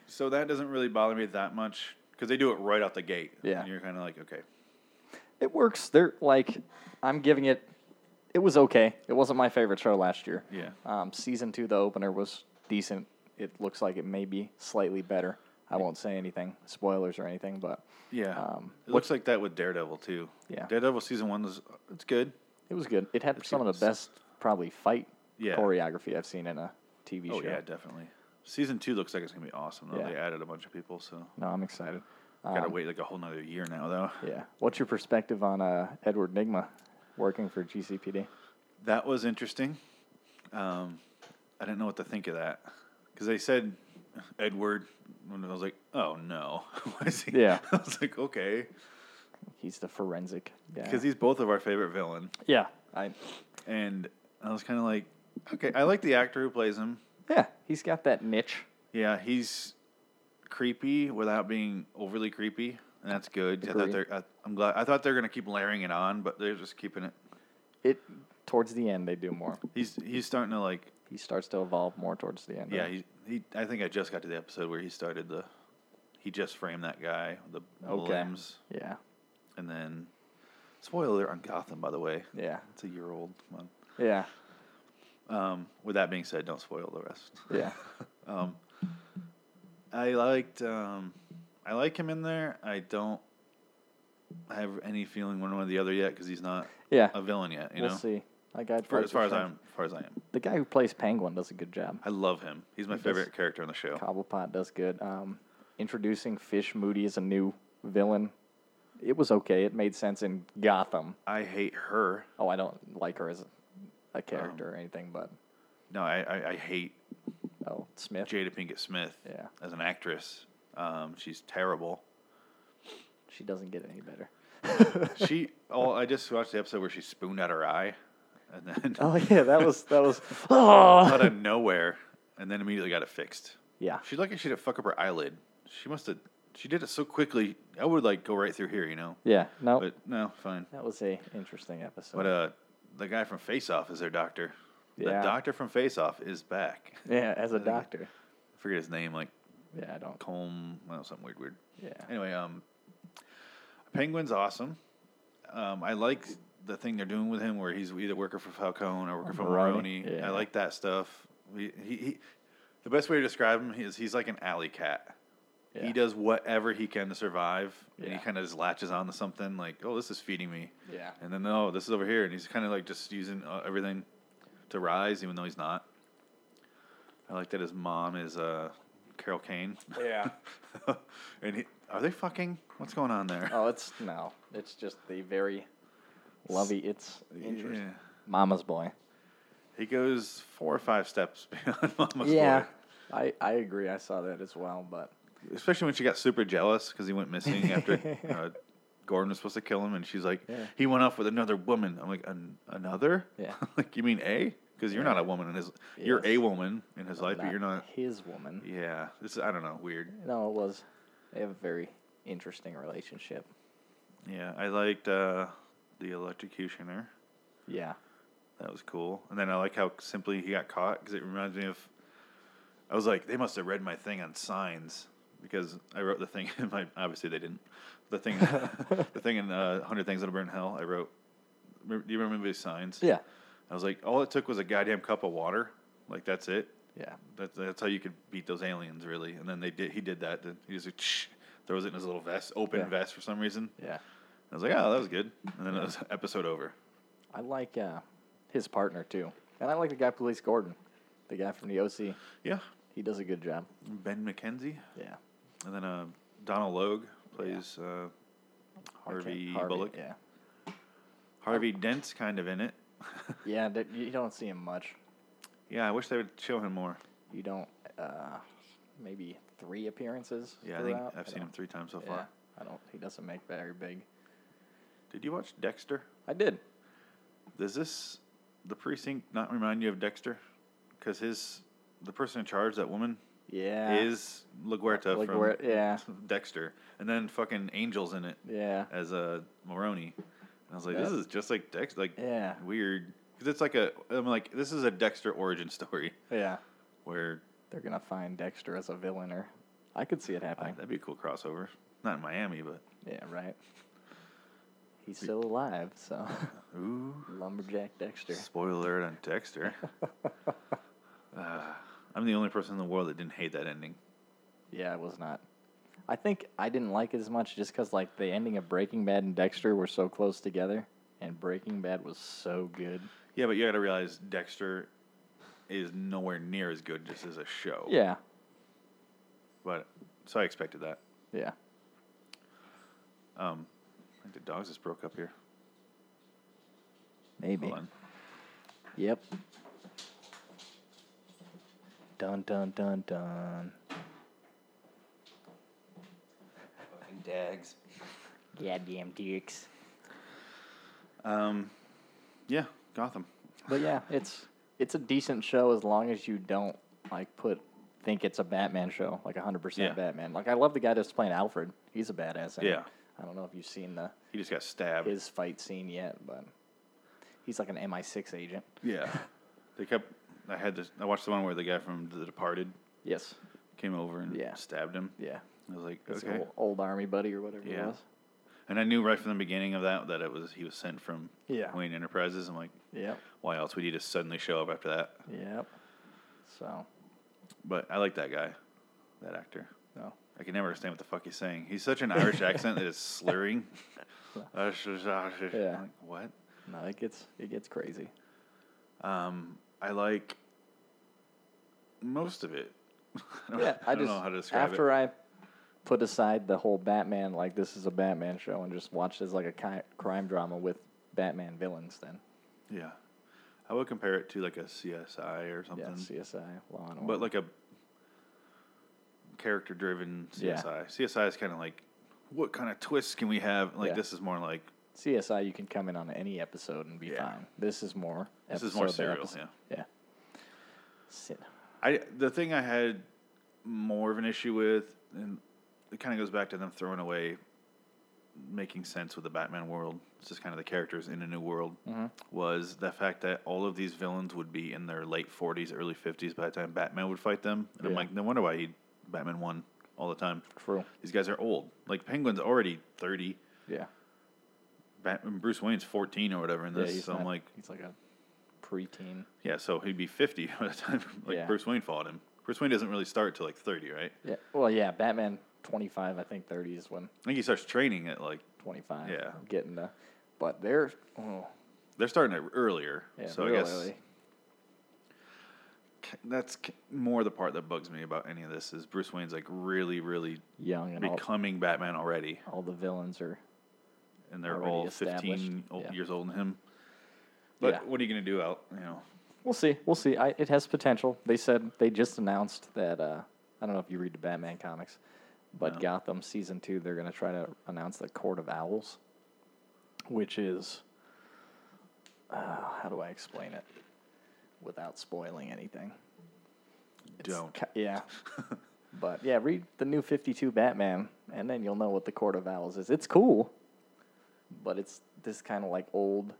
Speaker 2: So that doesn't really bother me that much because they do it right out the gate.
Speaker 3: Yeah.
Speaker 2: and you're kind of like, okay,
Speaker 3: it works. They're like, I'm giving it. It was okay. It wasn't my favorite show last year.
Speaker 2: Yeah.
Speaker 3: Um, season two, the opener was decent. It looks like it may be slightly better. I won't say anything, spoilers or anything, but
Speaker 2: yeah.
Speaker 3: Um,
Speaker 2: it looks like that with Daredevil too.
Speaker 3: Yeah.
Speaker 2: Daredevil season one was uh, it's good.
Speaker 3: it was good. It had some of
Speaker 2: good.
Speaker 3: the best probably fight
Speaker 2: Yeah.
Speaker 3: choreography I've seen in a TV
Speaker 2: Oh
Speaker 3: show.
Speaker 2: yeah, definitely. Season two looks like it's gonna be awesome though.
Speaker 3: Yeah.
Speaker 2: They added a bunch of people, so
Speaker 3: No, Um, I'm excited.
Speaker 2: gotta wait like a whole nother year now though.
Speaker 3: Yeah. What's your perspective on uh, Edward Nigma working for GCPD?
Speaker 2: That was interesting. Um, I didn't know what to think of that because they said Edward, and I was like, "Oh no, [LAUGHS] Why is he-"
Speaker 3: Yeah.
Speaker 2: I was like, "Okay."
Speaker 3: He's the forensic guy.
Speaker 2: because he's both of our favorite villain,
Speaker 3: yeah, I
Speaker 2: and I was kind of like, okay, I like the actor who plays him.
Speaker 3: yeah, he's got that niche.
Speaker 2: Yeah, he's creepy without being overly creepy, and that's good. I thought
Speaker 3: Agree.
Speaker 2: they're, I, I'm glad. I thought they're gonna keep layering it on, but they're just keeping it.
Speaker 3: It towards the end they do more.
Speaker 2: He's he's starting to like.
Speaker 3: He starts to evolve more towards the end.
Speaker 2: Yeah,
Speaker 3: right?
Speaker 2: he he. I think I just got to the episode where he started the. He just framed that guy, the the
Speaker 3: Okay.
Speaker 2: limbs,
Speaker 3: yeah,
Speaker 2: and then. Spoiler on Gotham, by the way.
Speaker 3: yeah,
Speaker 2: It's a year old. Come on.
Speaker 3: yeah,
Speaker 2: Um, with that being said, don't spoil the rest. [LAUGHS]
Speaker 3: yeah.
Speaker 2: Um, I liked. Um, I like him in there. I don't have any feeling one way or the other yet because he's not
Speaker 3: Yeah.
Speaker 2: a villain yet. You
Speaker 3: we'll
Speaker 2: know,
Speaker 3: see. Like I
Speaker 2: For- as far as I'm, as far as I am,
Speaker 3: the guy who plays Penguin does a good job.
Speaker 2: I love him. He's my
Speaker 3: He does.
Speaker 2: favorite character on the show.
Speaker 3: Cobblepot does good. Um, introducing Fish Moody as a new villain, it was okay. It made sense in Gotham.
Speaker 2: I hate her.
Speaker 3: Oh, I don't like her as a character
Speaker 2: Um,
Speaker 3: or anything, but
Speaker 2: No, I, I, I hate
Speaker 3: oh, Smith.
Speaker 2: Jada Pinkett Smith
Speaker 3: Yeah.
Speaker 2: as an actress. Um, she's terrible. [LAUGHS]
Speaker 3: she doesn't get any better. [LAUGHS]
Speaker 2: She. oh, I just watched the episode where she spooned out her eye, and then
Speaker 3: Oh
Speaker 2: [LAUGHS]
Speaker 3: yeah, that was that was. oh
Speaker 2: out of nowhere, and then immediately got it fixed.
Speaker 3: yeah,
Speaker 2: She's like she didn't fuck up her eyelid. She must have. She did it so quickly. I would like go right through here, you know.
Speaker 3: yeah. No,
Speaker 2: But no, fine.
Speaker 3: that was a interesting episode.
Speaker 2: But uh, the guy from Face Off is their doctor.
Speaker 3: Yeah.
Speaker 2: The doctor from Face Off is back. [LAUGHS]
Speaker 3: yeah, as a doctor.
Speaker 2: I forget his name, like
Speaker 3: Yeah, I don't.
Speaker 2: Colm. Well, something weird, weird.
Speaker 3: Yeah,
Speaker 2: Anyway, um, Penguin's awesome. Um, I like the thing they're doing with him, where he's either working for Falcone or working for
Speaker 3: Maroni,
Speaker 2: Maroni.
Speaker 3: yeah.
Speaker 2: I like that stuff. He, he, he, the best way to describe him is he's like an alley cat.
Speaker 3: Yeah.
Speaker 2: He does whatever he can to survive, and
Speaker 3: Yeah.
Speaker 2: he kind of just latches on to something like, "Oh, this is feeding me,"
Speaker 3: yeah,
Speaker 2: and then oh, this is over here, and he's kind of like just using uh, everything to rise, even though he's not. I like that his mom is uh, Carol Kane. [LAUGHS]
Speaker 3: yeah.
Speaker 2: and he, are they fucking? What's going on there?
Speaker 3: [LAUGHS]
Speaker 2: [LAUGHS]
Speaker 3: Oh, it's no. It's just the very lovey. It's interest.
Speaker 2: Yeah.
Speaker 3: Mama's boy.
Speaker 2: He goes four or five steps [LAUGHS] beyond Mama's
Speaker 3: yeah,
Speaker 2: boy.
Speaker 3: I I agree. I saw that as well, but
Speaker 2: Especially when she got super jealous because he went missing
Speaker 3: [LAUGHS]
Speaker 2: after uh, Gordon was supposed to kill him, and she's like,
Speaker 3: Yeah.
Speaker 2: "He went off with another woman." I'm like, An- "Another?
Speaker 3: Yeah.
Speaker 2: [LAUGHS] like you mean a? Because you're not a woman in his. You're
Speaker 3: Yes.
Speaker 2: a woman in his life, but you're
Speaker 3: [LAUGHS]
Speaker 2: not.
Speaker 3: his woman.
Speaker 2: Yeah, this is, I don't know. Weird.
Speaker 3: No, it was. They have a very interesting relationship.
Speaker 2: Yeah, I liked uh, the electrocutioner.
Speaker 3: Yeah,
Speaker 2: That was cool. And then I like how simply he got caught because it reminds me of. I was like, they must have read my thing on signs because I wrote the thing. [LAUGHS] In my obviously they didn't. The thing, the thing in uh, Hundred Things That'll Burn in Hell. I wrote. remember- Do you remember the signs?
Speaker 3: yeah,
Speaker 2: I was like, all it took was a goddamn cup of water. Like that's it.
Speaker 3: yeah.
Speaker 2: That, that's how you could beat those aliens, really. And then they did. He did that. Then He just like, "Shh," throws it in his little vest, open
Speaker 3: Yeah.
Speaker 2: vest for some reason.
Speaker 3: Yeah.
Speaker 2: I was like, oh, that was good. And then it was episode over.
Speaker 3: I like uh, his partner too, and I like the guy Police Gordon, the guy from the OC.
Speaker 2: Yeah,
Speaker 3: He does a good job.
Speaker 2: Ben McKenzie.
Speaker 3: Yeah.
Speaker 2: And then uh, Donald Logue plays uh, Harvey,
Speaker 3: Okay,
Speaker 2: Bullock.
Speaker 3: Yeah.
Speaker 2: Harvey Dent's kind of in it.
Speaker 3: [LAUGHS] Yeah, that- you don't see him much.
Speaker 2: yeah, I wish they would show him more.
Speaker 3: You don't. Uh, maybe three appearances.
Speaker 2: Yeah, I think
Speaker 3: throughout.
Speaker 2: I've seen him
Speaker 3: don't-
Speaker 2: three times so
Speaker 3: Yeah,
Speaker 2: far.
Speaker 3: I don't. He doesn't make very big.
Speaker 2: Did you watch Dexter?
Speaker 3: I did.
Speaker 2: Does this the precinct not remind you of Dexter? Because his the person in charge, that woman,
Speaker 3: Yeah.
Speaker 2: is LaGuerta
Speaker 3: like
Speaker 2: from
Speaker 3: where?
Speaker 2: [LAUGHS]
Speaker 3: Yeah.
Speaker 2: Dexter, and then fucking Angel's in it
Speaker 3: Yeah.
Speaker 2: as a Maroney. And I was like, this
Speaker 3: Yeah.
Speaker 2: is just like Dexter, like
Speaker 3: Yeah.
Speaker 2: weird. Because it's like a, I'm like, this is a Dexter origin story
Speaker 3: Yeah.
Speaker 2: where
Speaker 3: They're gonna find Dexter as a villain, or I could see it happening.
Speaker 2: That'd be a cool crossover. Not in Miami, but
Speaker 3: yeah. Right. He's still alive, so [LAUGHS]
Speaker 2: ooh,
Speaker 3: lumberjack Dexter.
Speaker 2: spoiler alert on [LAUGHS] Dexter. uh, I'm the only person in the world that didn't hate that ending.
Speaker 3: Yeah, it was not. I think I didn't like it as much just because like the ending of Breaking Bad and Dexter were so close together, and Breaking Bad was so good.
Speaker 2: Yeah, but you got to realize Dexter is nowhere near as good just as a show.
Speaker 3: Yeah,
Speaker 2: but so I expected that.
Speaker 3: yeah.
Speaker 2: Um, I think the dogs just broke up here.
Speaker 3: Maybe.
Speaker 2: Hold on.
Speaker 3: Yep. Dun dun dun dun.
Speaker 4: Fucking dags. Goddamn dicks.
Speaker 2: Um, yeah, Gotham.
Speaker 3: But yeah, it's it's a decent show as long as you don't like put think it's a Batman show, like hundred
Speaker 2: Yeah.
Speaker 3: percent Batman. Like I love the guy that's playing Alfred. He's a badass. in it.
Speaker 2: Yeah.
Speaker 3: I don't know if you've seen the
Speaker 2: He just got stabbed.
Speaker 3: his fight scene yet, but he's like an MI6 agent.
Speaker 2: [LAUGHS] yeah, they kept. I had this. I watched the one where the guy from The Departed
Speaker 3: Yes.
Speaker 2: came over and
Speaker 3: Yeah.
Speaker 2: stabbed him.
Speaker 3: Yeah.
Speaker 2: I was like,
Speaker 3: His
Speaker 2: okay.
Speaker 3: old, old army buddy or whatever
Speaker 2: Yeah.
Speaker 3: it was.
Speaker 2: And I knew right from the beginning of that that it was he was sent from
Speaker 3: Yeah.
Speaker 2: Wayne Enterprises. I'm like,
Speaker 3: Yep.
Speaker 2: why else would he just suddenly show up after that?
Speaker 3: Yep. So
Speaker 2: But I like that guy, that actor.
Speaker 3: no.
Speaker 2: I can never understand what the fuck he's saying. He's such an
Speaker 3: [LAUGHS]
Speaker 2: Irish accent that is slurring. yeah.
Speaker 3: Yeah.
Speaker 2: Like, what?
Speaker 3: No, it gets it gets crazy.
Speaker 2: Um, I like most of it. [LAUGHS] [LAUGHS] I don't,
Speaker 3: Yeah, I,
Speaker 2: I don't
Speaker 3: just
Speaker 2: know how to describe
Speaker 3: after
Speaker 2: it.
Speaker 3: I put aside the whole Batman, like this is a Batman show, and just watched it as like a ki- crime drama with Batman villains. Then
Speaker 2: yeah, I would compare it to like a CSI or something,
Speaker 3: yeah, CSI, Law and Order.
Speaker 2: but like a character-driven
Speaker 3: Yeah.
Speaker 2: CSI. CSI is kind of like, what kind of twists can we have? Like
Speaker 3: Yeah.
Speaker 2: this is more like
Speaker 3: CSI, you can come in on any episode and be
Speaker 2: Yeah.
Speaker 3: fine. This is more.
Speaker 2: This is more
Speaker 3: episode by
Speaker 2: serial,
Speaker 3: episode. Yeah. Sit-
Speaker 2: I the thing I had more of an issue with, and it kind of goes back to them throwing away making sense with the Batman world. It's just kind of the characters in a new world.
Speaker 3: Mm-hmm.
Speaker 2: Was the fact that all of these villains would be in their late forties, early fifties by the time Batman would fight them, and I'm
Speaker 3: Yeah.
Speaker 2: like, no wonder why he Batman won all the time.
Speaker 3: True.
Speaker 2: These guys are old. Like Penguin's already thirty.
Speaker 3: Yeah.
Speaker 2: Batman, Bruce Wayne's fourteen or whatever in this.
Speaker 3: yeah. He's
Speaker 2: so I'm
Speaker 3: not-
Speaker 2: like,
Speaker 3: he's like a preteen.
Speaker 2: yeah, so he'd be fifty [LAUGHS] by the time like
Speaker 3: Yeah.
Speaker 2: Bruce Wayne fought him. Bruce Wayne doesn't really start till like thirty, right?
Speaker 3: Yeah. Well, yeah. Batman twenty five, I think thirty is when
Speaker 2: I think he starts training at like
Speaker 3: twenty five.
Speaker 2: Yeah.
Speaker 3: Getting the, but they're oh
Speaker 2: they're starting it earlier.
Speaker 3: yeah
Speaker 2: so
Speaker 3: real
Speaker 2: I guess
Speaker 3: early.
Speaker 2: k- that's k- more the part that bugs me about any of this is Bruce Wayne's like really, really
Speaker 3: young and all-
Speaker 2: becoming Batman already,
Speaker 3: all the villains are
Speaker 2: and they're
Speaker 3: Already
Speaker 2: all fifteen
Speaker 3: established,
Speaker 2: old,
Speaker 3: yeah.
Speaker 2: years older than him. But
Speaker 3: Yeah.
Speaker 2: what are you gonna do out? You know,
Speaker 3: We'll see. We'll see. I, it has potential. They said they just announced that. Uh, I don't know if you read the Batman comics, but
Speaker 2: No.
Speaker 3: Gotham season two, they're going to try to announce the Court of Owls, which is. Uh, how do I explain it without spoiling anything? It's
Speaker 2: don't.
Speaker 3: ki-
Speaker 2: [LAUGHS]
Speaker 3: yeah. but yeah, read the new 52 Batman, and then you'll know what the Court of Owls is. It's cool, but it's this kind of like old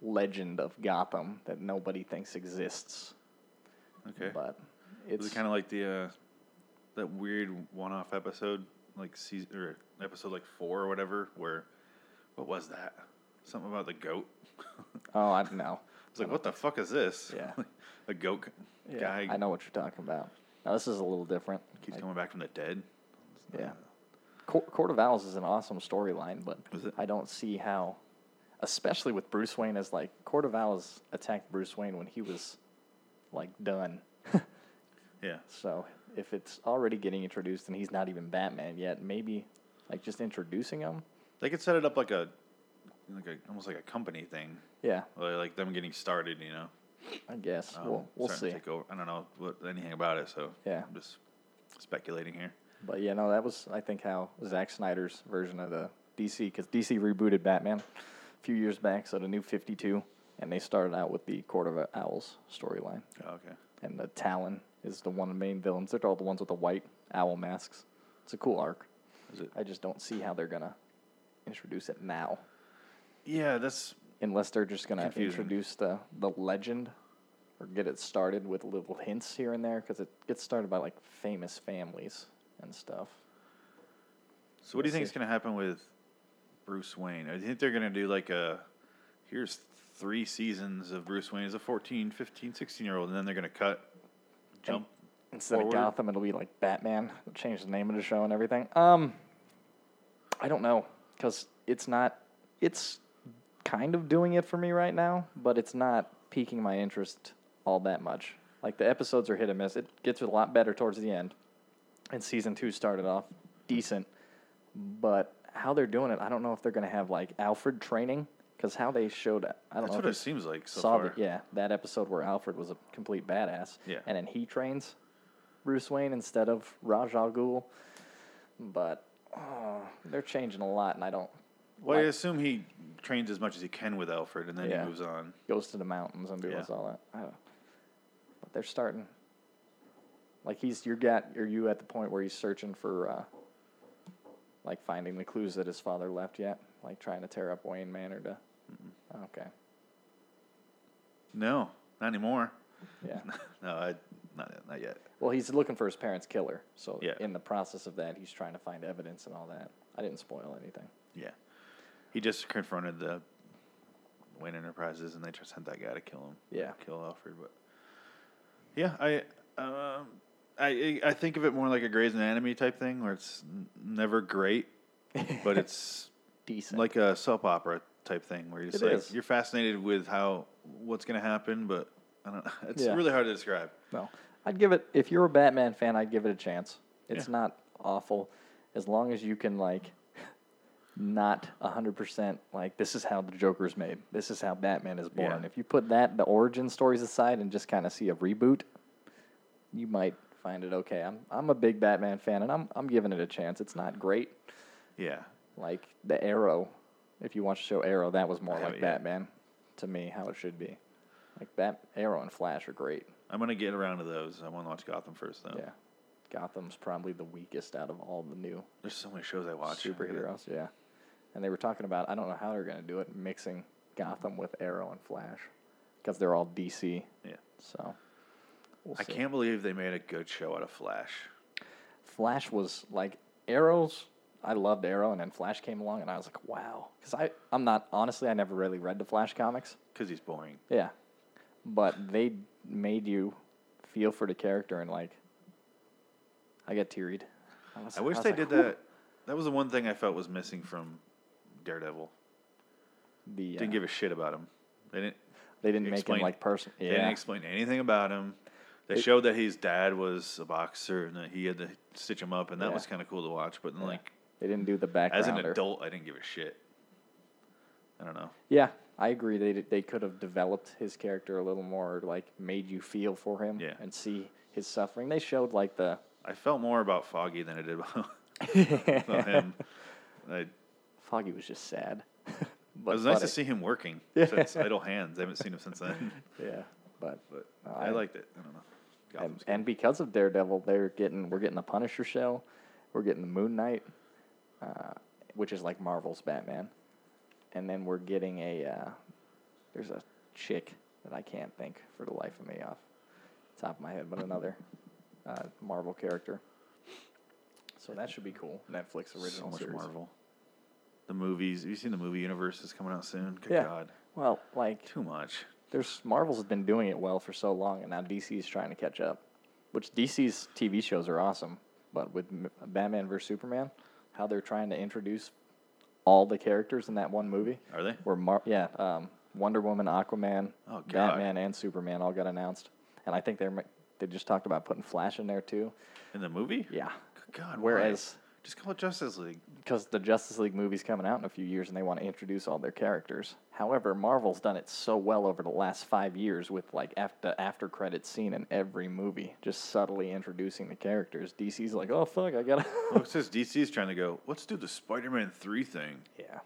Speaker 3: legend of Gotham that nobody thinks exists.
Speaker 2: Okay,
Speaker 3: But
Speaker 2: is
Speaker 3: it's
Speaker 2: it kind of like the uh, that weird one-off episode, like season or episode like four or whatever, where what was that? Something about the goat.
Speaker 3: oh, I
Speaker 2: [LAUGHS]
Speaker 3: know.
Speaker 2: It's like, what the fuck is this? [LAUGHS]
Speaker 3: Yeah.
Speaker 2: a goat c-
Speaker 3: Yeah,
Speaker 2: guy
Speaker 3: I know what you're talking about. Now this is a little different.
Speaker 2: keeps
Speaker 3: Like,
Speaker 2: coming back from the dead.
Speaker 3: yeah, Cour- Court of Owls is an awesome storyline, but
Speaker 2: Is it?
Speaker 3: I don't see how, especially with Bruce Wayne as like Court of Owls attacked Bruce Wayne when he was like
Speaker 2: [LAUGHS]
Speaker 3: done.
Speaker 2: Yeah.
Speaker 3: So if it's already getting introduced and he's not even Batman yet, maybe like just introducing him.
Speaker 2: They could set it up like a, like a almost like a company thing,
Speaker 3: Yeah,
Speaker 2: or like them getting started. You know,
Speaker 3: I guess
Speaker 2: um,
Speaker 3: we'll we'll
Speaker 2: starting
Speaker 3: see.
Speaker 2: to Take over. I don't know what, anything about it, so
Speaker 3: Yeah.
Speaker 2: I'm just speculating here.
Speaker 3: But yeah, no, that was I think how Zack Snyder's version of the DC because DC rebooted Batman a few years back, so the new Fifty Two, and they started out with the Court of Owls storyline,
Speaker 2: Oh, okay,
Speaker 3: and the Talon is the one of the main villains. They're all the ones with the white owl masks. It's a cool arc.
Speaker 2: is it?
Speaker 3: I just don't see how they're gonna introduce it now,
Speaker 2: Yeah, that's
Speaker 3: unless they're just gonna
Speaker 2: Confusing.
Speaker 3: introduce the the legend. Or get it started with little hints here and there because it gets started by like famous families and stuff.
Speaker 2: So what do you
Speaker 3: We'll
Speaker 2: think is
Speaker 3: see.
Speaker 2: going to happen with Bruce Wayne? I think they're going to do like a here's three seasons of Bruce Wayne as a 14, 15, 16 year old and then they're going to cut jump
Speaker 3: instead
Speaker 2: forward.
Speaker 3: of Gotham, it'll be like Batman. They'll Change the name of the show and everything. Um, I don't know because it's not. It's kind of doing it for me right now, but it's not piquing my interest all that much. Like the episodes are hit and miss. It gets a lot better towards the end, and season two started off decent, but how they're doing it, I don't know if they're going to have like Alfred training because how they showed. I don't
Speaker 2: That's
Speaker 3: know
Speaker 2: what
Speaker 3: if
Speaker 2: it
Speaker 3: you
Speaker 2: seems like so
Speaker 3: saw
Speaker 2: far.
Speaker 3: that yeah that episode where Alfred was a complete badass.
Speaker 2: Yeah.
Speaker 3: and then he trains Bruce Wayne instead of Raj Al Ghul. But uh, they're changing a lot, and I don't
Speaker 2: Well, I
Speaker 3: like,
Speaker 2: assume he trains as much as he can with Alfred, and then
Speaker 3: Yeah.
Speaker 2: he moves on.
Speaker 3: goes to the mountains and does
Speaker 2: Yeah.
Speaker 3: all that. I don't. But they're starting. Like he's you're got are you at the point where he's searching for, uh, like finding the clues that his father left yet? Like trying to tear up Wayne Manor to. Okay.
Speaker 2: No, not anymore. [LAUGHS]
Speaker 3: Yeah.
Speaker 2: No, I, not not yet.
Speaker 3: well, he's looking for his parents' killer. So
Speaker 2: Yeah.
Speaker 3: in the process of that, he's trying to find evidence and all that. I didn't spoil anything.
Speaker 2: Yeah, he just confronted the Wayne Enterprises, and they just sent that guy to kill him.
Speaker 3: Yeah.
Speaker 2: kill Alfred. But yeah, I um, I I think of it more like a Grey's Anatomy type thing, where it's n- never great, but
Speaker 3: [LAUGHS]
Speaker 2: it's
Speaker 3: Decent.
Speaker 2: like a soap opera type thing, where you're just
Speaker 3: It
Speaker 2: like
Speaker 3: is.
Speaker 2: you're fascinated with how what's going to happen, but I don't. [LAUGHS] It's
Speaker 3: Yeah.
Speaker 2: really hard to describe.
Speaker 3: No, I'd give it. If you're a Batman fan, I'd give it a chance. It's
Speaker 2: Yeah.
Speaker 3: not awful, as long as you can like, not hundred percent like this is how the Joker's made. This is how Batman is born.
Speaker 2: Yeah.
Speaker 3: If you put that the origin stories aside and just kind of see a reboot, you might find it okay. I'm I'm a big Batman fan, and I'm I'm giving it a chance. It's not great,
Speaker 2: Yeah,
Speaker 3: like the Arrow. If you watch the show Arrow, that was more
Speaker 2: I
Speaker 3: like
Speaker 2: haven't yet.
Speaker 3: Batman to me, how it should be. Like that Arrow and Flash are great.
Speaker 2: I'm gonna get around to those. I want to watch Gotham first though.
Speaker 3: Yeah. Gotham's probably the weakest out of all the new
Speaker 2: There's so many shows I watch. I gotta-
Speaker 3: superheroes. Yeah. And they were talking about, I don't know how they're going to do it, mixing Gotham with Arrow and Flash because they're all DC.
Speaker 2: Yeah.
Speaker 3: So we'll
Speaker 2: I
Speaker 3: see.
Speaker 2: can't believe they made a good show out of Flash.
Speaker 3: Flash was like Arrow's. I loved Arrow, and then Flash came along, and I was like, wow. Because I, I'm not, honestly, I never really read the Flash comics.
Speaker 2: Because he's boring.
Speaker 3: Yeah. But they made you feel for the character, and like, I got teary.
Speaker 2: I wish they did that. That was the one thing I felt was missing from Daredevil.
Speaker 3: The, uh,
Speaker 2: Didn't give a shit about him. They didn't.
Speaker 3: They didn't make
Speaker 2: Explain-
Speaker 3: him like person.
Speaker 2: They didn't
Speaker 3: Yeah,
Speaker 2: explain anything about him. They showed that his dad was a boxer and that he had to stitch him up, and that
Speaker 3: Yeah.
Speaker 2: was kind of cool to watch. But then, like
Speaker 3: they didn't do the background.
Speaker 2: as an
Speaker 3: or-
Speaker 2: adult, I didn't give a shit. I don't know.
Speaker 3: yeah, I agree. They did- they could have developed his character a little more, like made you feel for him
Speaker 2: Yeah.
Speaker 3: and see his suffering. They showed like the
Speaker 2: I felt more about Foggy than I did [LAUGHS] about, about
Speaker 3: [LAUGHS]
Speaker 2: him. I,
Speaker 3: Foggy was just sad. [LAUGHS]
Speaker 2: it
Speaker 3: but
Speaker 2: was nice to
Speaker 3: funny.
Speaker 2: see him
Speaker 3: [LAUGHS]
Speaker 2: working since Idle Hands. I haven't seen him since then,
Speaker 3: Yeah, but
Speaker 2: but
Speaker 3: No,
Speaker 2: I,
Speaker 3: I-
Speaker 2: liked it. I don't know.
Speaker 3: and,
Speaker 2: Gotham's good.
Speaker 3: and because of Daredevil, they're getting we're getting the Punisher show, we're getting the Moon Knight, uh, which is like Marvel's Batman, and then we're getting a uh, there's a chick that I can't think for the life of me off the top of my head, but another uh, Marvel character. So that should be cool. Netflix
Speaker 2: so
Speaker 3: original
Speaker 2: much
Speaker 3: series.
Speaker 2: Marvel. The movies. Have you seen the movie universe that's coming out soon? Good
Speaker 3: Yeah.
Speaker 2: God.
Speaker 3: Well, like
Speaker 2: Too much.
Speaker 3: there's Marvel's been doing it well for so long, and now DC's trying to catch up. Which DC's TV shows are awesome, but with M- Batman vs Superman, how they're trying to introduce all the characters in that one movie,
Speaker 2: Are they?
Speaker 3: where Mar- yeah, um, Wonder Woman, Aquaman,
Speaker 2: Oh, God.
Speaker 3: Batman, and Superman all got announced, and I think they're ma- they just talked about putting Flash in there too.
Speaker 2: In the movie?
Speaker 3: Yeah,
Speaker 2: Good God. why?
Speaker 3: Whereas-
Speaker 2: Just call it Justice League.
Speaker 3: because the Justice League movie's coming out in a few years and they want to introduce all their characters. However, Marvel's done it so well over the last five years with like after after credit scene in every movie, just subtly introducing the characters. DC's like, oh fuck, I gotta.
Speaker 2: Oh, it says DC's trying to go, let's do the Spider Man 3 thing.
Speaker 3: [LAUGHS] yeah,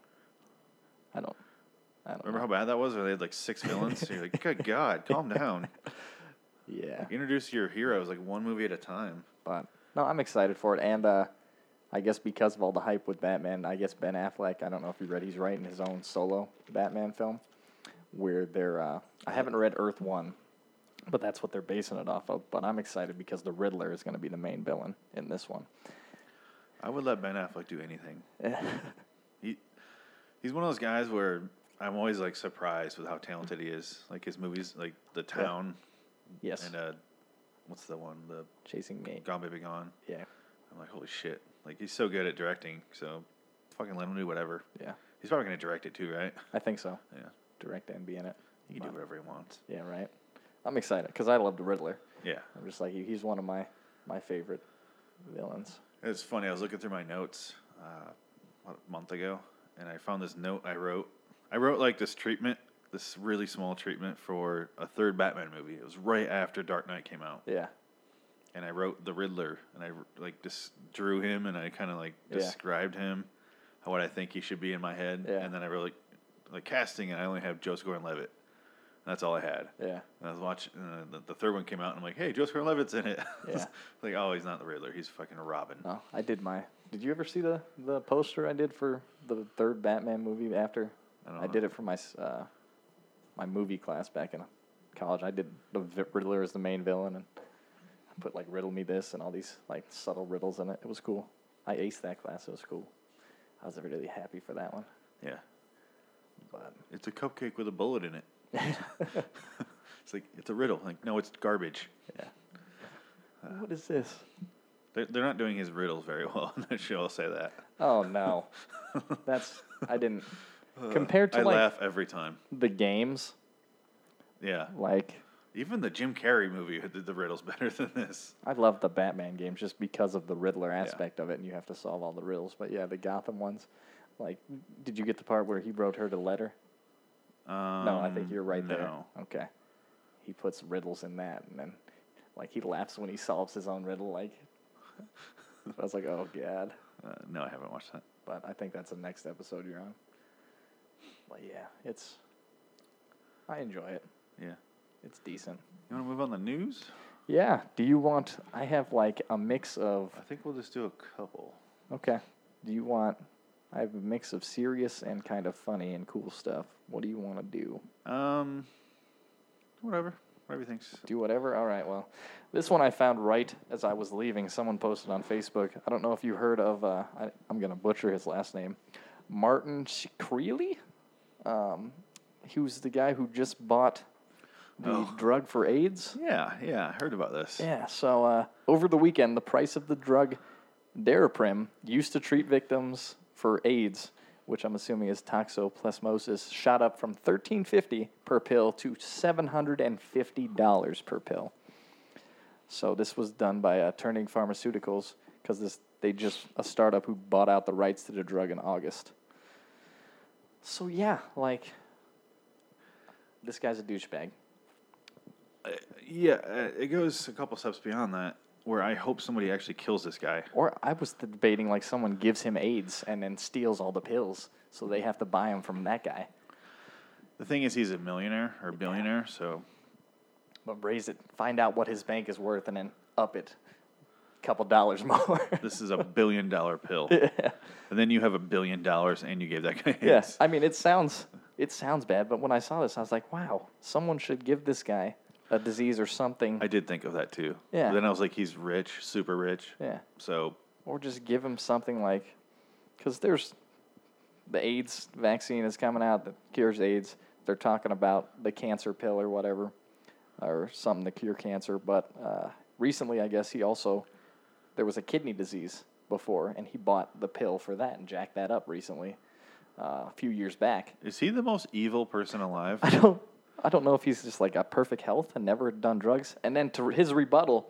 Speaker 3: I don't. I don't.
Speaker 2: Remember how bad that was? Where they had like six villains? You're like, good God, calm
Speaker 3: [LAUGHS]
Speaker 2: down.
Speaker 3: Yeah,
Speaker 2: Introduce your heroes like one movie at a time.
Speaker 3: but no, I'm excited for it, and uh, I guess because of all the hype with Batman, I guess Ben Affleck. I don't know if you read, he's writing his own solo Batman film, where they're. Uh, I haven't read Earth One, but that's what they're basing it off of. But I'm excited because the Riddler is going to be the main villain in this one.
Speaker 2: I would let Ben Affleck do anything. he, he's one of those guys where I'm always like surprised with how talented he is. Like his movies, like The Town
Speaker 3: Yes,
Speaker 2: and uh, what's the one? The
Speaker 3: chasing me.
Speaker 2: Gone Baby Gone.
Speaker 3: Yeah,
Speaker 2: I'm like, holy shit! Like he's so good at directing. So fucking let him do whatever.
Speaker 3: yeah,
Speaker 2: He's probably gonna direct it too, right?
Speaker 3: I think so.
Speaker 2: Yeah,
Speaker 3: Direct and be in it.
Speaker 2: he can do whatever he wants.
Speaker 3: Yeah, right. I'm excited because I love the Riddler.
Speaker 2: Yeah,
Speaker 3: I'm just like he- he's one of my my favorite villains.
Speaker 2: it's funny. I was looking through my notes uh, what, a month ago, and I found this note I wrote. I wrote like this treatment, this really small treatment for a third Batman movie. It was right after Dark Knight came out,
Speaker 3: Yeah,
Speaker 2: and I wrote the Riddler, and I like just drew him, and I kind of like
Speaker 3: Yeah.
Speaker 2: described him. what I think he should be in my head,
Speaker 3: Yeah.
Speaker 2: and then I really like casting, and I only have Joseph Gordon-Levitt. And That's all I had.
Speaker 3: Yeah.
Speaker 2: And I was watching uh, the, the third one came out, and I'm like, "Hey, Joseph Gordon-Levitt's in it." [LAUGHS]
Speaker 3: Yeah.
Speaker 2: like, oh, he's not the Riddler. He's fucking Robin.
Speaker 3: No, I did my. Did you ever see the the poster I did for the third Batman movie after?
Speaker 2: I don't
Speaker 3: I
Speaker 2: know.
Speaker 3: did it for my s- uh, my movie class back in college. I did the Vi- Riddler as the main villain, and I put like riddle me this and all these like subtle riddles in it. It was cool. I aced that class. It was cool. I was really happy for that one.
Speaker 2: Yeah.
Speaker 3: But
Speaker 2: It's a cupcake with a bullet
Speaker 3: [LAUGHS]
Speaker 2: in it. it's like it's a riddle. Like, no, it's garbage.
Speaker 3: yeah, what is this?
Speaker 2: They're, they're not doing his riddles very well [LAUGHS] on that show. I'll say that. [LAUGHS]
Speaker 3: Oh no, that's I didn't. Compared to
Speaker 2: Uh, I
Speaker 3: like
Speaker 2: laugh every time.
Speaker 3: the games,
Speaker 2: Yeah.
Speaker 3: like
Speaker 2: Even the Jim Carrey movie did the riddles [LAUGHS] better than this.
Speaker 3: I love the Batman games just because of the Riddler aspect of it, and you have to solve all the riddles. But yeah, the Gotham ones, like, did you get the part where he wrote her the letter?
Speaker 2: Um,
Speaker 3: No, I think you're right there.
Speaker 2: no.
Speaker 3: Okay, he puts riddles in that, and then like he laughs when he solves his own riddle. Like, I was like, oh god.
Speaker 2: Uh, no, I haven't watched that.
Speaker 3: But I think that's the next episode you're on. But yeah, it's. I enjoy it.
Speaker 2: Yeah.
Speaker 3: It's decent.
Speaker 2: You want to move on the news?
Speaker 3: Yeah. Do you want? I have like a mix of.
Speaker 2: I think we'll just do a couple.
Speaker 3: Okay. Do you want? I have a mix of serious and kind of funny and cool stuff. What do you want to do?
Speaker 2: Um, whatever. Whatever you think.
Speaker 3: Do whatever? All right, well. This one I found right as I was leaving. Someone posted on Facebook. I don't know if you heard of, uh, I, I'm going to butcher his last name, Martin Shkreli? Um, he was the guy who just bought the
Speaker 2: Oh.
Speaker 3: drug for AIDS.
Speaker 2: Yeah, yeah. I heard about this.
Speaker 3: Yeah, so uh, over the weekend, the price of the drug Daraprim used to treat victims for AIDS, which I'm assuming is toxoplasmosis, shot up from 1350 per pill to $750 per pill. So this was done by uh, Turning Pharmaceuticals because this they just a startup who bought out the rights to the drug in August. So yeah, like this guy's a douchebag.
Speaker 2: Yeah, uh, it goes a couple steps beyond that, where I hope somebody actually kills this guy.
Speaker 3: Or I was debating like someone gives him AIDS and then steals all the pills, so they have to buy them from that guy.
Speaker 2: The thing is, he's a millionaire or billionaire, so
Speaker 3: But raise it, find out what his bank is worth, and then up it a couple dollars [LAUGHS] more.
Speaker 2: this is a billion dollar
Speaker 3: [LAUGHS]
Speaker 2: pill. And then you have a billion dollars and you gave that guy
Speaker 3: yes,
Speaker 2: AIDS.
Speaker 3: I mean it sounds it sounds bad, but when I saw this, I was like, wow, someone should give this guy a disease or something.
Speaker 2: I did think of that too.
Speaker 3: Yeah.
Speaker 2: Then I was like, he's rich, super rich.
Speaker 3: yeah,
Speaker 2: So,
Speaker 3: or just give him something like, because there's the AIDS vaccine is coming out that cures AIDS. They're talking about the cancer pill or whatever, or something to cure cancer. But uh, recently, I guess he also there was a kidney disease before, and he bought the pill for that and jacked that up recently, uh, a few years back.
Speaker 2: is he the most evil person alive?
Speaker 3: I don't I don't know if he's just like got perfect health and never done drugs. And then to his rebuttal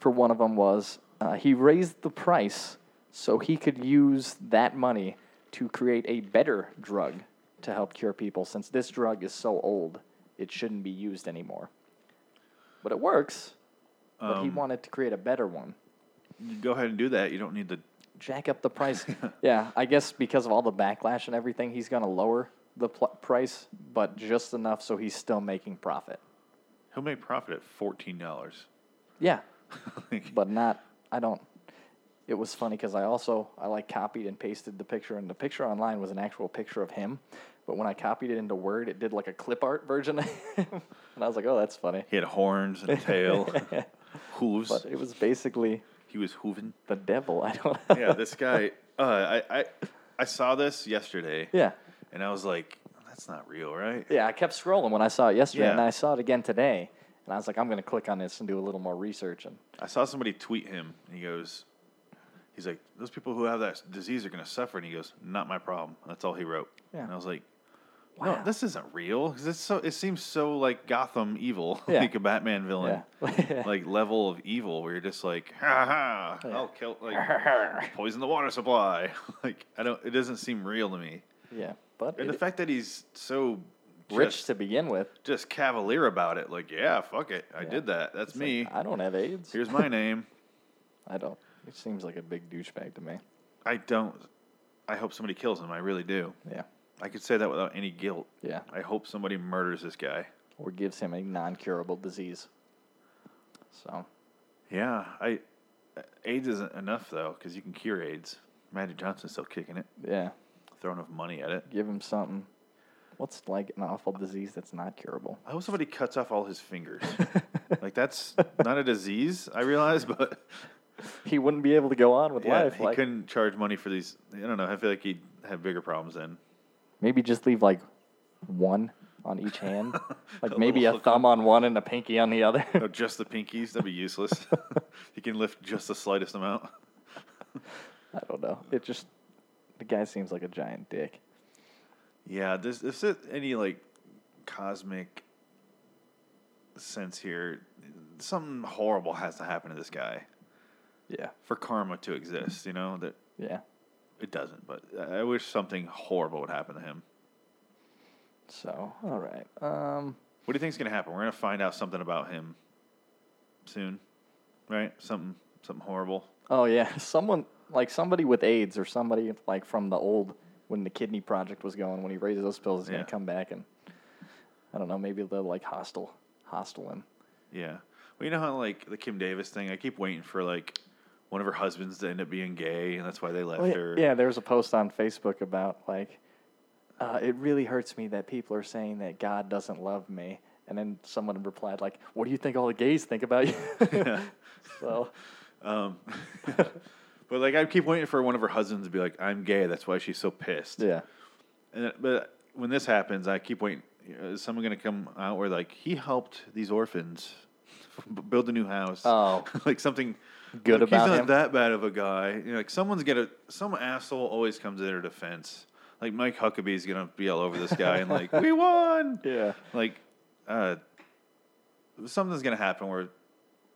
Speaker 3: for one of them was uh, he raised the price so he could use that money to create a better drug to help cure people since this drug is so old it shouldn't be used anymore. But it works. But he wanted to create a better one.
Speaker 2: Go ahead and do that. You don't need to.
Speaker 3: Jack up the price. [LAUGHS] yeah, I guess because of all the backlash and everything, he's going to lower the pl- price, but just enough so he's still making profit.
Speaker 2: He'll make profit at fourteen dollars. [LAUGHS]
Speaker 3: Yeah, but not. I don't. It was funny because I also I like copied and pasted the picture, and the picture online was an actual picture of him. But when I copied it into Word, it did like a clip art version, of [LAUGHS] him. and I was like, "Oh, that's funny."
Speaker 2: He had horns and a
Speaker 3: [LAUGHS]
Speaker 2: tail, [LAUGHS] hooves.
Speaker 3: But it was basically
Speaker 2: he was hooving.
Speaker 3: the devil. I don't. Know.
Speaker 2: Yeah, this guy. Uh, I, I I saw this yesterday,
Speaker 3: [LAUGHS] yeah,
Speaker 2: and I was like, that's not real, right?
Speaker 3: yeah. I kept scrolling when I saw it yesterday, and
Speaker 2: Yeah.
Speaker 3: I saw it again today, and I was like, "I'm going to click on this and do a little more research." And
Speaker 2: I saw somebody tweet him, and he goes, he's like, those people who have that disease are going to suffer, and he goes, not my problem. That's all he wrote.
Speaker 3: Yeah.
Speaker 2: And I was like,
Speaker 3: Wow.
Speaker 2: no, this isn't real. 'Cause it's so it seems so like Gotham evil, [LAUGHS]
Speaker 3: Yeah.
Speaker 2: like a Batman villain,
Speaker 3: Yeah. [LAUGHS]
Speaker 2: like level of evil where you're just like, ha ha, I'll kill
Speaker 3: [LAUGHS]
Speaker 2: like poison the water supply. [LAUGHS] like I don't, it doesn't seem real to me.
Speaker 3: yeah, but
Speaker 2: And the
Speaker 3: it,
Speaker 2: fact that he's so
Speaker 3: rich
Speaker 2: just-
Speaker 3: to begin with.
Speaker 2: just cavalier about it. Like, yeah, fuck it. I did that. That's
Speaker 3: It's like,
Speaker 2: me.
Speaker 3: I don't have AIDS.
Speaker 2: Here's my name.
Speaker 3: I don't. It seems like a big douchebag to me.
Speaker 2: I don't. I hope somebody kills him. I really do.
Speaker 3: Yeah.
Speaker 2: I could say that without any guilt.
Speaker 3: Yeah.
Speaker 2: I hope somebody murders this guy.
Speaker 3: Or gives him a non curable disease. So,
Speaker 2: Yeah, I. AIDS isn't enough though, because you can cure AIDS. Magic Johnson's still kicking it,
Speaker 3: yeah.
Speaker 2: throwing enough money at it.
Speaker 3: Give him something. What's like an awful disease that's not curable?
Speaker 2: I hope somebody cuts off all his
Speaker 3: [LAUGHS]
Speaker 2: fingers. like that's not a disease, I realize, [LAUGHS]
Speaker 3: [LAUGHS]
Speaker 2: but
Speaker 3: He wouldn't be able to go on with
Speaker 2: yeah,
Speaker 3: life.
Speaker 2: he
Speaker 3: like,
Speaker 2: couldn't charge money for these. I don't know. I feel like he'd have bigger problems then.
Speaker 3: Maybe just leave like one on each hand.
Speaker 2: [LAUGHS]
Speaker 3: Like
Speaker 2: A
Speaker 3: maybe
Speaker 2: little
Speaker 3: a
Speaker 2: hook
Speaker 3: thumb on one and a pinky on
Speaker 2: [LAUGHS]
Speaker 3: the other.
Speaker 2: No, Oh, just the pinkies. That'd be useless.
Speaker 3: [LAUGHS]
Speaker 2: [LAUGHS] he can lift just the slightest amount.
Speaker 3: I don't know. It just the guy seems like a giant dick.
Speaker 2: Yeah, this this is any like cosmic sense here. Something horrible has to happen to this guy
Speaker 3: Yeah.
Speaker 2: for karma to exist. You know that
Speaker 3: Yeah.
Speaker 2: it doesn't, but I I wish something horrible would happen to him.
Speaker 3: So all right. Um.
Speaker 2: What do you think's gonna happen? We're gonna find out something about him soon, right? Something something horrible.
Speaker 3: Oh yeah. [LAUGHS] Someone like somebody with AIDS or somebody like from the old when the kidney project was going when he raises those pills is
Speaker 2: Yeah.
Speaker 3: gonna come back and I don't know maybe they'll like hostile hostile him.
Speaker 2: Yeah. Well, you know how like the Kim Davis thing. I keep waiting for like one of her husbands to end up being gay, and that's why they left
Speaker 3: Well, Oh, yeah-
Speaker 2: her.
Speaker 3: Yeah, there was a post on Facebook about like, uh, it really hurts me that people are saying that God doesn't love me, and then someone replied like, "What do you think all the gays think about you?"
Speaker 2: [LAUGHS]
Speaker 3: [LAUGHS] so
Speaker 2: Um,
Speaker 3: [LAUGHS]
Speaker 2: but like I keep waiting for one of her husbands to be like, "I'm gay." That's why she's so pissed.
Speaker 3: yeah,
Speaker 2: And then- but when this happens, I keep waiting. Is someone gonna come out where like he helped these orphans [LAUGHS] b- build a new house?
Speaker 3: Oh.
Speaker 2: [LAUGHS] like something
Speaker 3: Good
Speaker 2: like,
Speaker 3: about
Speaker 2: He's not
Speaker 3: him?
Speaker 2: that bad of a guy. You know, like someone's gonna some asshole always comes to their defense. Like Mike Huckabee's gonna be all over this guy and
Speaker 3: [LAUGHS]
Speaker 2: like we won.
Speaker 3: yeah,
Speaker 2: Like uh, something's gonna happen where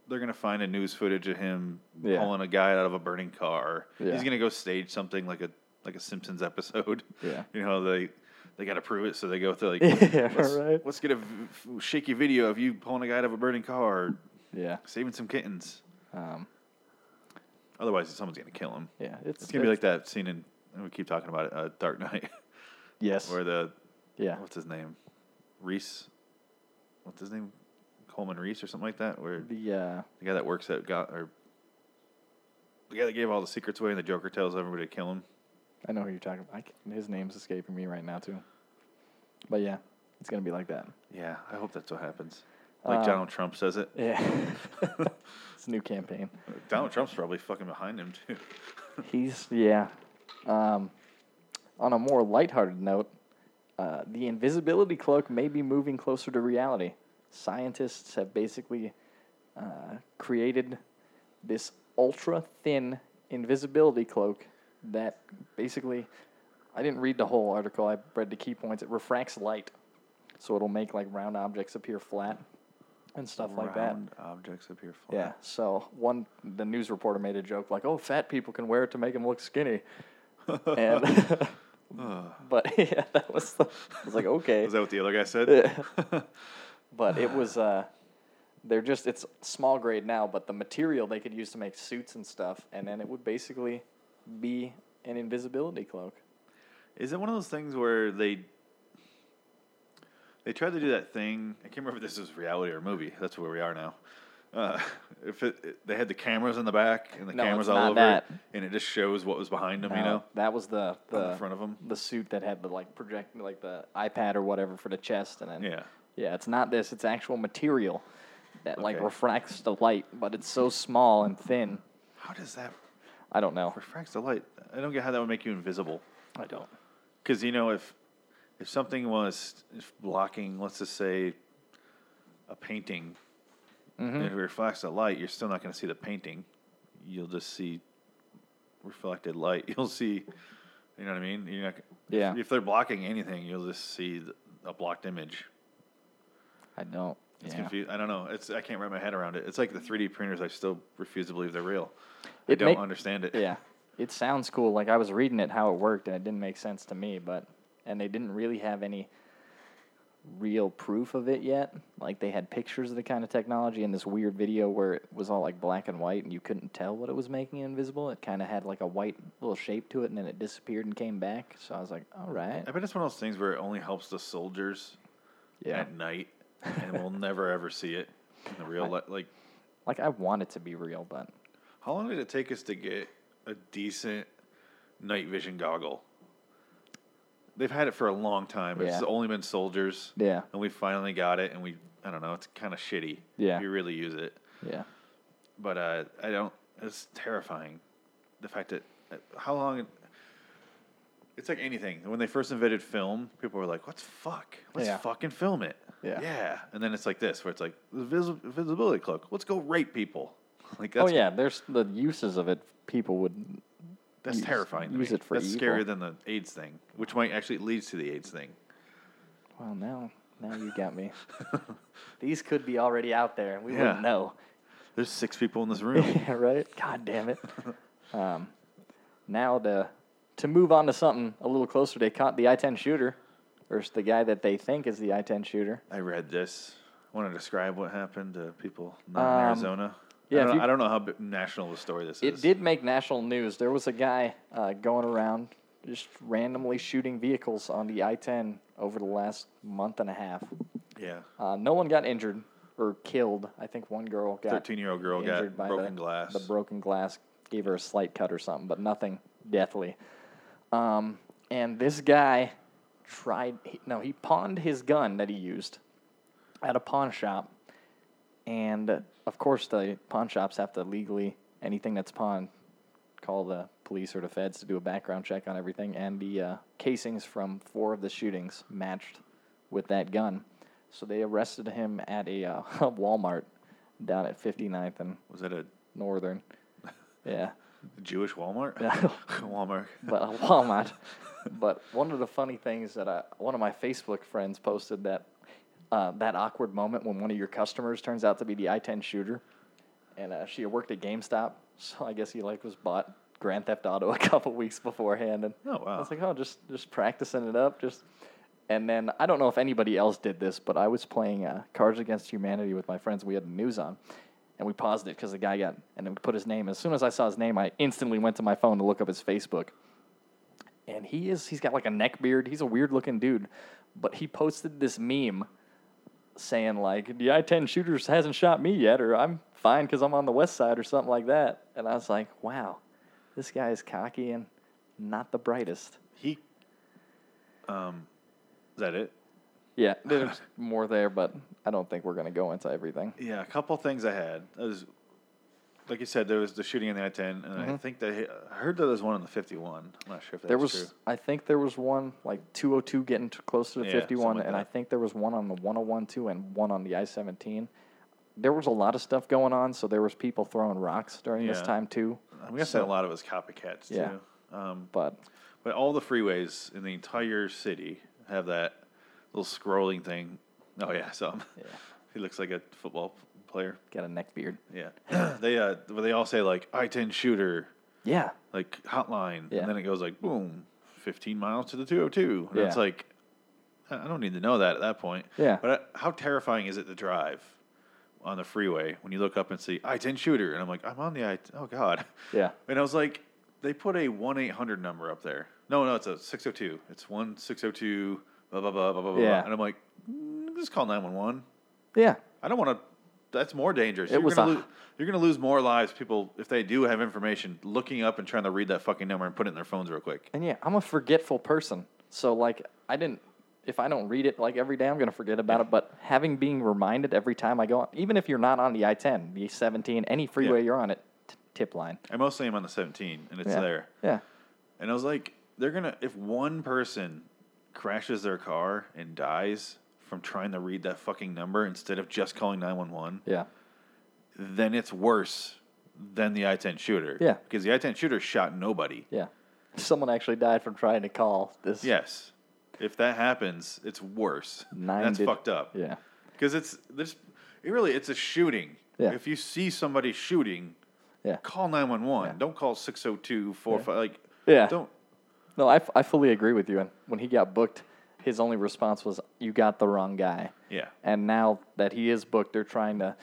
Speaker 2: they're gonna find a news footage of him
Speaker 3: Yeah.
Speaker 2: pulling a guy out of a burning car.
Speaker 3: Yeah.
Speaker 2: He's gonna go stage something like a like a Simpsons episode.
Speaker 3: Yeah.
Speaker 2: [LAUGHS] you know they they gotta prove it, so they go through like
Speaker 3: [LAUGHS] Yeah,
Speaker 2: let's,
Speaker 3: right.
Speaker 2: let's get a v- shaky video of you pulling a guy out of a burning car, or
Speaker 3: yeah,
Speaker 2: saving some kittens.
Speaker 3: um,
Speaker 2: Otherwise, someone's gonna kill him.
Speaker 3: yeah. It's,
Speaker 2: It's gonna be like that scene in and we keep talking about it, uh, Dark Knight, [LAUGHS]
Speaker 3: Yes.
Speaker 2: where the
Speaker 3: yeah.
Speaker 2: what's his name, Reese, what's his name, Coleman Reese or something like that, where
Speaker 3: The uh,
Speaker 2: the guy that works at got or the guy that gave all the secrets away and the Joker tells everybody to kill him.
Speaker 3: I know who you're talking about. I can, his name's escaping me right now too. But yeah, it's gonna be like that.
Speaker 2: Yeah, I hope that's what happens. Like
Speaker 3: Uh,
Speaker 2: Donald Trump says it.
Speaker 3: Yeah. [LAUGHS] it's a new campaign.
Speaker 2: Donald Trump's probably fucking behind him too.
Speaker 3: He's yeah. Um, on a more lighthearted note, uh, the invisibility cloak may be moving closer to reality. Scientists have basically uh, created this ultra thin invisibility cloak that basically, I didn't read the whole article. I read the key points. It refracts light, so it'll make like round objects appear flat and stuff like that.
Speaker 2: Round objects appear flat.
Speaker 3: Yeah. So one, the news reporter made a joke like, "Oh, fat people can wear it to make them
Speaker 2: [LAUGHS]
Speaker 3: look skinny," and [LAUGHS] but yeah, that was the, [LAUGHS] I was like, okay,
Speaker 2: Is that what the other guy said?
Speaker 3: [LAUGHS] but it was uh, they're just it's small grade now, but the material they could use to make suits and stuff, and then it would basically be an invisibility cloak.
Speaker 2: Is it one of those things where they they tried to do that thing? I can't remember if this was reality or movie. That's where we are now. Uh, if it, it- they had the cameras in the back and the
Speaker 3: No,
Speaker 2: cameras
Speaker 3: it's
Speaker 2: all
Speaker 3: not
Speaker 2: over,
Speaker 3: that.
Speaker 2: It, and it just shows what was behind them. You
Speaker 3: Now,
Speaker 2: know,
Speaker 3: that was the
Speaker 2: on
Speaker 3: the,
Speaker 2: the front of 'em?
Speaker 3: the suit that had the like project like the iPad or whatever for the chest, and then
Speaker 2: yeah.
Speaker 3: Yeah, it's not this. It's actual material that like
Speaker 2: Okay.
Speaker 3: refracts the light, but it's so small and thin.
Speaker 2: How does that
Speaker 3: I don't know.
Speaker 2: refracts the light? I don't get how that would make you invisible.
Speaker 3: I don't.
Speaker 2: Because you know, if if something was if blocking, let's just say, a painting,
Speaker 3: Mm-hmm.
Speaker 2: and it reflects the light, you're still not going to see the painting. You'll just see reflected light. [LAUGHS] You'll see, you know what I mean? You're not,
Speaker 3: Yeah.
Speaker 2: If, if they're blocking anything, you'll just see the, a blocked image.
Speaker 3: I don't.
Speaker 2: It's
Speaker 3: yeah.
Speaker 2: confused. I don't know. It's I can't wrap my head around it. It's like the 3D printers. I still refuse to believe they're real. I
Speaker 3: It
Speaker 2: don't
Speaker 3: make-
Speaker 2: understand it.
Speaker 3: Yeah. It sounds cool. Like I was reading it how it worked and it didn't make sense to me, but and they didn't really have any real proof of it yet. Like they had pictures of the kind of technology in this weird video where it was all like black and white and you couldn't tell what it was making invisible. It kind of had like a white little shape to it and then it disappeared and came back. So I was like, all right.
Speaker 2: I bet it's one of those things where it only helps the soldiers
Speaker 3: Yeah.
Speaker 2: at night, and
Speaker 3: [LAUGHS]
Speaker 2: we'll never ever see it in the real life. Like,
Speaker 3: Like I want it to be real, but
Speaker 2: how long did it take us to get a decent night vision goggle? They've had it for a long time. but It's
Speaker 3: Yeah.
Speaker 2: only been soldiers.
Speaker 3: Yeah.
Speaker 2: And we finally got it, and we I don't know. It's kind of shitty.
Speaker 3: Yeah.
Speaker 2: If you really use it,
Speaker 3: yeah.
Speaker 2: but uh, I don't. It's terrifying. The fact that uh, how long. It's like anything. When they first invented film, people were like, "What's fuck? Let's
Speaker 3: Yeah.
Speaker 2: fucking film it."
Speaker 3: Yeah.
Speaker 2: Yeah. And then it's like this, where it's like the vis- visibility cloak. Let's go rape people. [LAUGHS] Like
Speaker 3: Oh
Speaker 2: that's
Speaker 3: yeah, there's the uses of it. People would
Speaker 2: that's
Speaker 3: Use-
Speaker 2: terrifying. To
Speaker 3: use
Speaker 2: me.
Speaker 3: it for
Speaker 2: that's scarier
Speaker 3: evil.
Speaker 2: than the AIDS thing, which might actually leads to the AIDS thing.
Speaker 3: Well, now, now you got me. [LAUGHS] These could be already out there, and we
Speaker 2: Yeah.
Speaker 3: wouldn't know.
Speaker 2: There's six people in this room.
Speaker 3: [LAUGHS] Yeah, right? God
Speaker 2: [LAUGHS]
Speaker 3: damn it. Um, now to to move on to something a little closer, they caught the I-10 shooter, or it's the guy that they think is the I-10 shooter.
Speaker 2: I read this. Want to describe what happened to people not in
Speaker 3: Um,
Speaker 2: Arizona?
Speaker 3: yeah,
Speaker 2: I
Speaker 3: if
Speaker 2: don't,
Speaker 3: you-
Speaker 2: I don't know how bi- national the story this is.
Speaker 3: It did make national news. There was a guy uh, going around just randomly shooting vehicles on the I-10 over the last month and a half.
Speaker 2: Yeah.
Speaker 3: Uh, no one got injured or killed. I think one girl got
Speaker 2: 13 year old girl got
Speaker 3: injured by
Speaker 2: broken
Speaker 3: the,
Speaker 2: glass.
Speaker 3: The broken glass gave her a slight cut or something, but nothing deathly. Um, and this guy tried. He, no, he pawned his gun that he used at a pawn shop, and uh, of course the pawn shops have to legally anything that's pawned call the police or the feds to do a background check on everything. And the uh, casings from four of the shootings matched with that gun. So they arrested him at a uh, [LAUGHS] Walmart down at 59th and
Speaker 2: was that a
Speaker 3: Northern. Yeah,
Speaker 2: Jewish Walmart? [LAUGHS] Walmart.
Speaker 3: but a Walmart. but one of the funny things that I, one of my Facebook friends posted that uh, that awkward moment when one of your customers turns out to be the I-10 shooter, and uh, she worked at GameStop, so I guess he like was bought Grand Theft Auto [LAUGHS] a couple weeks beforehand, and
Speaker 2: Oh, wow.
Speaker 3: I was like, oh, just just practicing it up, just. And then I don't know if anybody else did this, but I was playing uh, Cards Against Humanity with my friends. We had the news on, and we paused it because the guy got and then we put his name. As soon as I saw his name, I instantly went to my phone to look up his Facebook. And he is he's got like a neck beard. He's a weird looking dude, but he posted this meme saying like the I-10 shooters hasn't shot me yet, or I'm fine because I'm on the west side or something like that. And I was like, wow, this guy is cocky and not the brightest.
Speaker 2: [LAUGHS] He. Um, is that it?
Speaker 3: Yeah, [LAUGHS] there's more there, but I don't think we're going to go into everything.
Speaker 2: Yeah, a couple things I had. I was, like you said, there was the shooting in the I 10, and I think they, I heard there was one on the 51. I'm not sure if that's
Speaker 3: Mm-hmm. There was,
Speaker 2: true.
Speaker 3: I think there was one like 202 getting t- close to the
Speaker 2: Yeah,
Speaker 3: 51,
Speaker 2: something like
Speaker 3: and I
Speaker 2: that.
Speaker 3: think there was one on the 101 too, and one on the I-17. There was a lot of stuff going on, so there was people throwing rocks during this
Speaker 2: Yeah.
Speaker 3: time too.
Speaker 2: I'm guessing a lot of it was copycats,
Speaker 3: Yeah.
Speaker 2: too. Um,
Speaker 3: But
Speaker 2: But all the freeways in the entire city have that little scrolling thing. Oh yeah, so
Speaker 3: Yeah.
Speaker 2: [LAUGHS] he looks like a football player.
Speaker 3: got a neck beard.
Speaker 2: Yeah, [CLEARS THROAT] they uh, well, they all say like I ten shooter,
Speaker 3: Yeah,
Speaker 2: like hotline,
Speaker 3: Yeah.
Speaker 2: and then it goes like boom, fifteen miles to the two hundred two. And It's
Speaker 3: Yeah.
Speaker 2: like I I don't need to know that at that point.
Speaker 3: Yeah.
Speaker 2: but uh, how terrifying is it to drive? On the freeway, when you look up and see I ten shooter, and I'm like, I'm on the I. Oh God,
Speaker 3: [LAUGHS] yeah,
Speaker 2: [LAUGHS] and I was like, they put a 1 800 number up there. No, no, it's a 602. It's 1 602, blah, blah, blah, blah, blah, blah.
Speaker 3: Yeah.
Speaker 2: And I'm like, mm, just call 911.
Speaker 3: yeah.
Speaker 2: I don't want to. That's more dangerous.
Speaker 3: It
Speaker 2: you're
Speaker 3: was
Speaker 2: gonna
Speaker 3: a-
Speaker 2: lose, you're going to lose more lives. People, if they do have information, looking up and trying to read that fucking number and put it in their phones real quick.
Speaker 3: And yeah, I'm a forgetful person. So like I didn't if I don't read it like every day I'm gonna forget about it. But having being reminded every time I go on even if you're not on the I ten, the seventeen, any freeway
Speaker 2: Yeah.
Speaker 3: you're on it, t- tip line.
Speaker 2: I mostly am on the 17, and it's
Speaker 3: Yeah.
Speaker 2: there.
Speaker 3: Yeah.
Speaker 2: And I was like, they're gonna if one person crashes their car and dies from trying to read that fucking number instead of just calling 911.
Speaker 3: Yeah.
Speaker 2: then it's worse than the I 10 shooter.
Speaker 3: Yeah.
Speaker 2: Because the I 10 shooter shot nobody.
Speaker 3: Yeah. Someone actually died from trying to call this
Speaker 2: Yes. If that happens, it's worse. And
Speaker 3: Nine
Speaker 2: That's
Speaker 3: did-
Speaker 2: fucked up.
Speaker 3: Yeah.
Speaker 2: Because it's there's it really it's a shooting.
Speaker 3: Yeah.
Speaker 2: If you see somebody shooting,
Speaker 3: Yeah.
Speaker 2: call 911. Don't call 602 45 like
Speaker 3: Yeah.
Speaker 2: don't
Speaker 3: No, I, f- I fully agree with you. And when he got booked, his only response was, "You got the wrong guy."
Speaker 2: Yeah.
Speaker 3: And now that he is booked, they're trying to,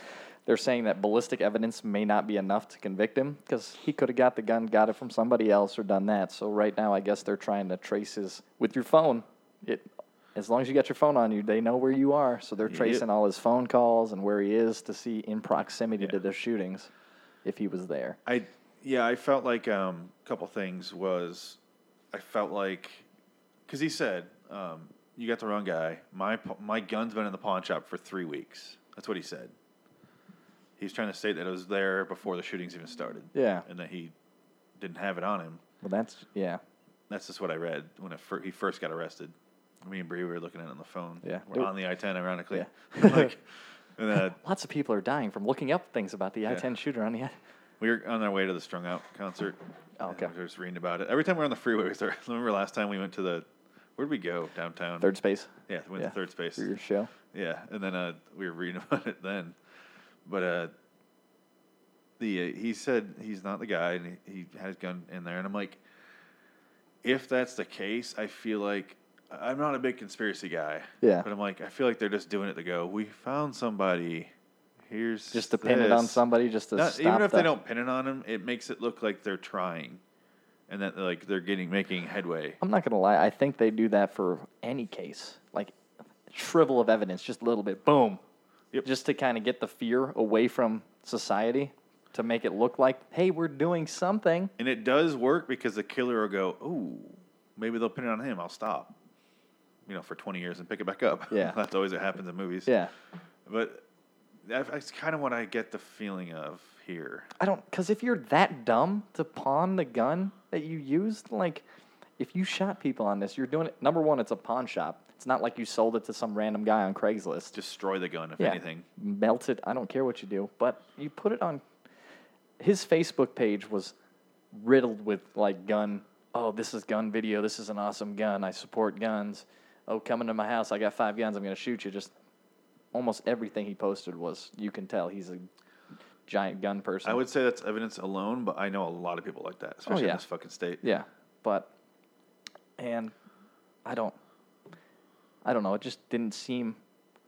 Speaker 3: they're saying that ballistic evidence may not be enough to convict him because he could have got the gun, got it from somebody else, or done that. So right now, I guess they're trying to trace his with your phone. It, as long as you got your phone on you, they know where you are. So they're tracing all his phone calls and where he is to see in proximity to the shootings if he was there.
Speaker 2: I yeah, I felt like um, a couple things was I felt like because he said um, you got the wrong guy. My pa- my gun's been in the pawn shop for three weeks. That's what he said. He was trying to state that it was there before the shootings even started.
Speaker 3: Yeah.
Speaker 2: and that he didn't have it on him.
Speaker 3: Well, that's yeah,
Speaker 2: That's just what I read when it fir- he first got arrested. Me and Bree were looking at it on the phone.
Speaker 3: Yeah.
Speaker 2: we're on the I ten, ironically. [LAUGHS]
Speaker 3: Yeah.
Speaker 2: like, and uh,
Speaker 3: lots of people are dying from looking up things about the I-10 shooter on the. I-
Speaker 2: We were on our way to the Strung Out concert.
Speaker 3: Oh,
Speaker 2: and
Speaker 3: okay.
Speaker 2: We were just reading about it. Every time we're on the freeway, we start. [LAUGHS] Remember last time we went to the, where'd we go downtown?
Speaker 3: Third space.
Speaker 2: Yeah, we went to third space.
Speaker 3: For your show.
Speaker 2: Yeah, and then uh, we were reading [LAUGHS] about it then, but uh, the uh, he said he's not the guy, and he, he had his gun in there, and I'm like, if that's the case, I feel like I- I'm not a big conspiracy guy.
Speaker 3: Yeah.
Speaker 2: but I'm like, I feel like they're just doing it to go. We found somebody. Here's
Speaker 3: Just to pin it on
Speaker 2: this."
Speaker 3: somebody, just to
Speaker 2: Not,
Speaker 3: stop
Speaker 2: even if
Speaker 3: the-
Speaker 2: they don't pin it on him, it makes it look like they're trying, and that like they're getting making headway.
Speaker 3: I'm not gonna lie. I think they do that for any case, like shrivel of evidence, just a little bit, boom,
Speaker 2: Yep.
Speaker 3: just to kind of get the fear away from society, to make it look like, hey, we're doing something.
Speaker 2: And it does work because the killer will go, "Ooh, maybe they'll pin it on him. I'll stop." You know, for 20 years and pick it back up. [LAUGHS]
Speaker 3: Yeah.
Speaker 2: that's always what happens in movies.
Speaker 3: Yeah,
Speaker 2: but that- that's kind of what I get the feeling of here.
Speaker 3: I don't, because if you're that dumb to pawn the gun that you used, like, if you shot people on this, you're doing it. Number one, it's a pawn shop. It's not like you sold it to some random guy on Craigslist.
Speaker 2: Destroy the gun if anything.
Speaker 3: Melt it. I don't care what you do, but you put it on. His Facebook page was riddled with like gun. Oh, this is gun video. This is an awesome gun. I support guns. Oh, come into my house. I got five guns. I'm gonna shoot you. Just almost everything he posted was you can tell he's a giant gun person.
Speaker 2: I would say that's evidence alone, but I know a lot of people like that, especially
Speaker 3: Oh, yeah.
Speaker 2: in this fucking state.
Speaker 3: Yeah, but and I don't, I don't know. It just didn't seem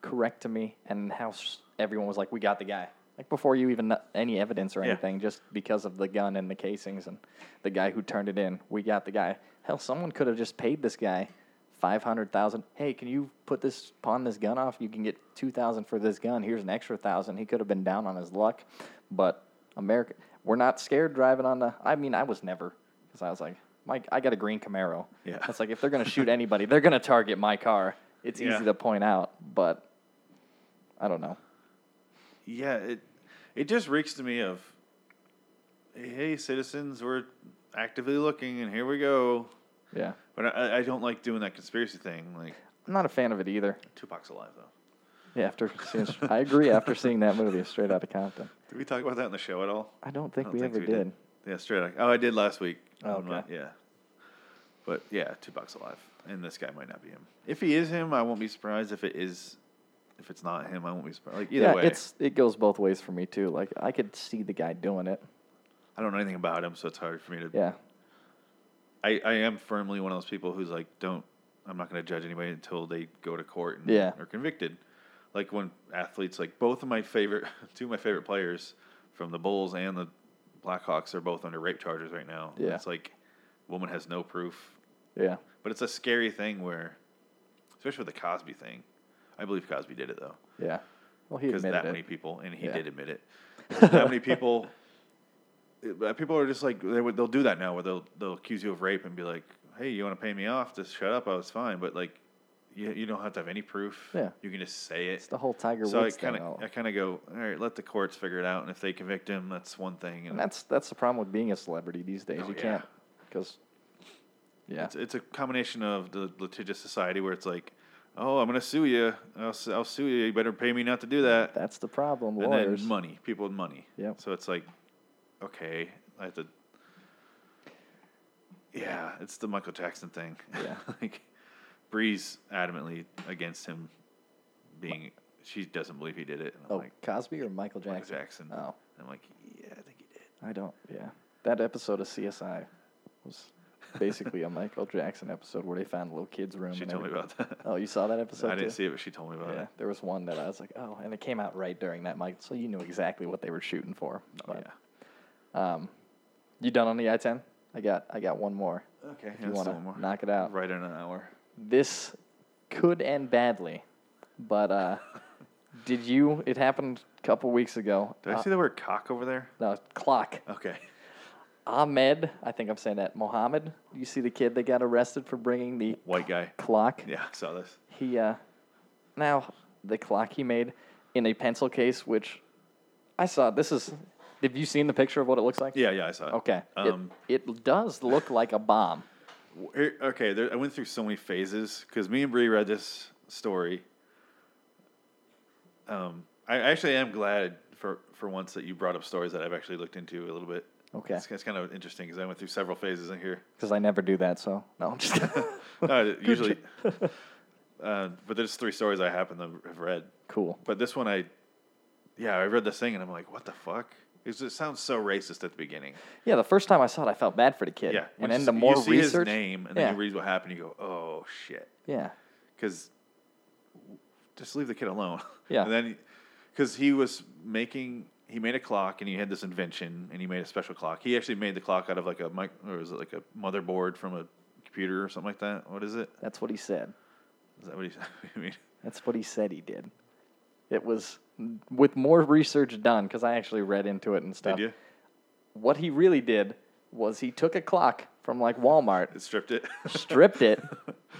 Speaker 3: correct to me. And how s- everyone was like, "We got the guy." Like before you even kn- any evidence or
Speaker 2: Yeah.
Speaker 3: anything, just because of the gun and the casings and the guy who turned it in, we got the guy. Hell, someone could have just paid this guy five hundred thousand. Hey, can you put this pawn this gun off? You can get two thousand for this gun. Here's an extra thousand. He could have been down on his luck, but America, we're not scared driving on the. I mean, I was never because I was like, Mike, I got a green Camaro.
Speaker 2: Yeah.
Speaker 3: it's like if they're gonna shoot anybody, they're gonna target my car. It's
Speaker 2: Yeah.
Speaker 3: easy to point out, but I don't know.
Speaker 2: Yeah, it it just reeks to me of hey citizens, we're actively looking and here we go.
Speaker 3: Yeah,
Speaker 2: But I, I don't like doing that conspiracy thing. Like
Speaker 3: I'm not a fan of it either.
Speaker 2: Tupac's alive though.
Speaker 3: Yeah, after seeing, I agree. After seeing that movie, Straight Outta Compton,
Speaker 2: Did we talk about that in the show at all?
Speaker 3: I don't think
Speaker 2: don't
Speaker 3: we
Speaker 2: think
Speaker 3: ever
Speaker 2: we
Speaker 3: did.
Speaker 2: did. Yeah, straight out. Oh, I did last week.
Speaker 3: Oh,
Speaker 2: I'm not-
Speaker 3: okay.
Speaker 2: yeah. But yeah, Tupac's alive, and this guy might not be him. If he is him, I won't be surprised. If it is, if it's not him, I won't be surprised. Like either
Speaker 3: yeah,
Speaker 2: way,
Speaker 3: it's it goes both ways for me too. Like I could see the guy doing it.
Speaker 2: I don't know anything about him, so it's hard for me to
Speaker 3: Yeah,
Speaker 2: I, I am firmly one of those people who's like, don't, I'm not going to judge anybody until they go to court and
Speaker 3: Yeah.
Speaker 2: are convicted. Like when athletes, like both of my favorite, [LAUGHS] two of my favorite players from the Bulls and the Blackhawks are both under rape charges right now.
Speaker 3: Yeah.
Speaker 2: It's like, woman has no proof.
Speaker 3: yeah,
Speaker 2: But it's a scary thing where, especially with the Cosby thing, I believe Cosby did it though
Speaker 3: yeah. Well, he
Speaker 2: because
Speaker 3: admitted
Speaker 2: that
Speaker 3: it.
Speaker 2: many people, and he
Speaker 3: Yeah.
Speaker 2: did admit it. that many people, [LAUGHS] uh, people are just like they would, they'll do that now, where they'll they'll accuse you of rape and be like, "Hey, you want to pay me off? Just shut up. I was fine." But like, you you don't have to have any proof.
Speaker 3: Yeah.
Speaker 2: you can just say it.
Speaker 3: It's the whole Tiger
Speaker 2: So I
Speaker 3: Woods
Speaker 2: kind
Speaker 3: thing. all-
Speaker 2: of I kind of go, all right, let the courts figure it out, and if they convict him, that's one thing, and
Speaker 3: And that's that's the problem with being a celebrity these days.
Speaker 2: Oh,
Speaker 3: you
Speaker 2: yeah.
Speaker 3: can't because yeah,
Speaker 2: It's, it's a combination of the litigious society where it's like, oh, I'm gonna sue you. I'll, su- I'll sue you. You better pay me not to do that.
Speaker 3: that's the problem.
Speaker 2: and
Speaker 3: Lawyers.
Speaker 2: then money, people with money.
Speaker 3: Yep.
Speaker 2: So it's like, okay, I have to. Yeah, it's the Michael Jackson thing.
Speaker 3: Yeah.
Speaker 2: [LAUGHS] like, Bree's adamantly against him being. She doesn't believe he did it. And I'm
Speaker 3: oh,
Speaker 2: like,
Speaker 3: Cosby or Michael
Speaker 2: Michael
Speaker 3: Jackson?
Speaker 2: Jackson.
Speaker 3: Oh,
Speaker 2: And I'm like, yeah, I think he did.
Speaker 3: I don't. Yeah, that episode of CSI was basically a [LAUGHS] Michael Jackson episode where they found a little kid's room.
Speaker 2: She
Speaker 3: and
Speaker 2: told me
Speaker 3: everything.
Speaker 2: about that.
Speaker 3: Oh, you saw that episode?
Speaker 2: I didn't
Speaker 3: too?
Speaker 2: see it, but she told me about
Speaker 3: Yeah,
Speaker 2: it.
Speaker 3: there was one that I was like, oh, and it came out right during that Mike, so you knew exactly what they were shooting for.
Speaker 2: Oh,
Speaker 3: But, Um, you done on the I-10? I got I got one more.
Speaker 2: yeah. Okay.
Speaker 3: If
Speaker 2: yeah,
Speaker 3: you
Speaker 2: still
Speaker 3: want
Speaker 2: one more.
Speaker 3: to knock it out,
Speaker 2: Right in an hour.
Speaker 3: this could end badly,
Speaker 2: [LAUGHS]
Speaker 3: but uh, did you? It happened a couple weeks ago.
Speaker 2: Did I
Speaker 3: Uh,
Speaker 2: see the word cock over there?
Speaker 3: no, clock.
Speaker 2: Okay. [LAUGHS]
Speaker 3: Ahmed, I think I'm saying that. Mohammed, you see the kid that got arrested for bringing the
Speaker 2: White guy.
Speaker 3: clock.
Speaker 2: Yeah, I saw this.
Speaker 3: He uh, now the clock he made in a pencil case, which I saw. This is. Have you seen the picture of what it looks like?
Speaker 2: Yeah, yeah, I saw it.
Speaker 3: Okay.
Speaker 2: Um,
Speaker 3: it, it does look like a bomb.
Speaker 2: w- here- okay, there, I went through so many phases because me and Bree read this story. Um, I actually am glad for, for once that you brought up stories that I've actually looked into a little bit.
Speaker 3: Okay.
Speaker 2: It's, it's kind of interesting because I went through several phases in
Speaker 3: [LAUGHS]
Speaker 2: here.
Speaker 3: Because I never do that, so no, I'm just
Speaker 2: [LAUGHS] No, usually, [LAUGHS]
Speaker 3: [LAUGHS]
Speaker 2: uh, but there's three stories I happen to have read.
Speaker 3: cool.
Speaker 2: But this one, I, yeah, I read this thing and I'm like, what the fuck? It's, it sounds so racist at the beginning.
Speaker 3: Yeah, the first time I saw it, I felt bad for the kid.
Speaker 2: Yeah. when
Speaker 3: and then
Speaker 2: you
Speaker 3: the
Speaker 2: see-
Speaker 3: more
Speaker 2: you see
Speaker 3: research,
Speaker 2: his name and then
Speaker 3: yeah,
Speaker 2: you read what happened, you go, oh shit.
Speaker 3: yeah,
Speaker 2: because just leave the kid alone. [LAUGHS]
Speaker 3: Yeah.
Speaker 2: And then, because he was making, he made a clock and he had this invention and he made a special clock. He actually made the clock out of like a mic, or was it like a motherboard from a computer or something like that? What is it?
Speaker 3: that's what he said.
Speaker 2: Is that what he? [LAUGHS] I mean,
Speaker 3: That's what he said he did. It was with more research done because I actually read into it and stuff.
Speaker 2: did you?
Speaker 3: What he really did was he took a clock from like Walmart,
Speaker 2: It stripped it.
Speaker 3: [LAUGHS]
Speaker 2: [LAUGHS]
Speaker 3: stripped it,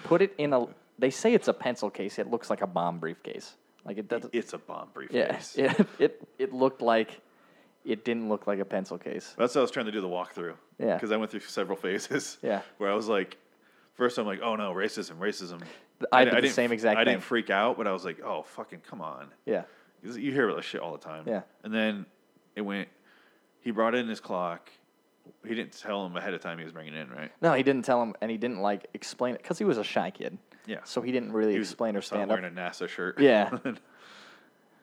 Speaker 3: put it in a. They say it's a pencil case. It looks like a bomb briefcase. Like it doesn't.
Speaker 2: it's a bomb
Speaker 3: Yeah,
Speaker 2: briefcase.
Speaker 3: it, it it looked like it didn't look like a pencil case.
Speaker 2: That's what I was trying to do the walkthrough.
Speaker 3: Yeah.
Speaker 2: Because I went through several phases.
Speaker 3: [LAUGHS] Yeah.
Speaker 2: Where I was like, first I'm like, oh no, racism, racism.
Speaker 3: I did the
Speaker 2: didn't-
Speaker 3: same exact
Speaker 2: I
Speaker 3: thing.
Speaker 2: didn't freak out, but I was like, oh fucking come on.
Speaker 3: Yeah,
Speaker 2: 'Cause You hear about this shit all the time.
Speaker 3: Yeah.
Speaker 2: And then it went. He brought in his clock. He didn't tell him ahead of time he was bringing it in, right?
Speaker 3: no, he didn't tell him, and he didn't like explain it because he was a shy kid.
Speaker 2: Yeah.
Speaker 3: so he didn't really
Speaker 2: He was
Speaker 3: explain or stand up.
Speaker 2: wearing a NASA shirt. [LAUGHS]
Speaker 3: Yeah.
Speaker 2: and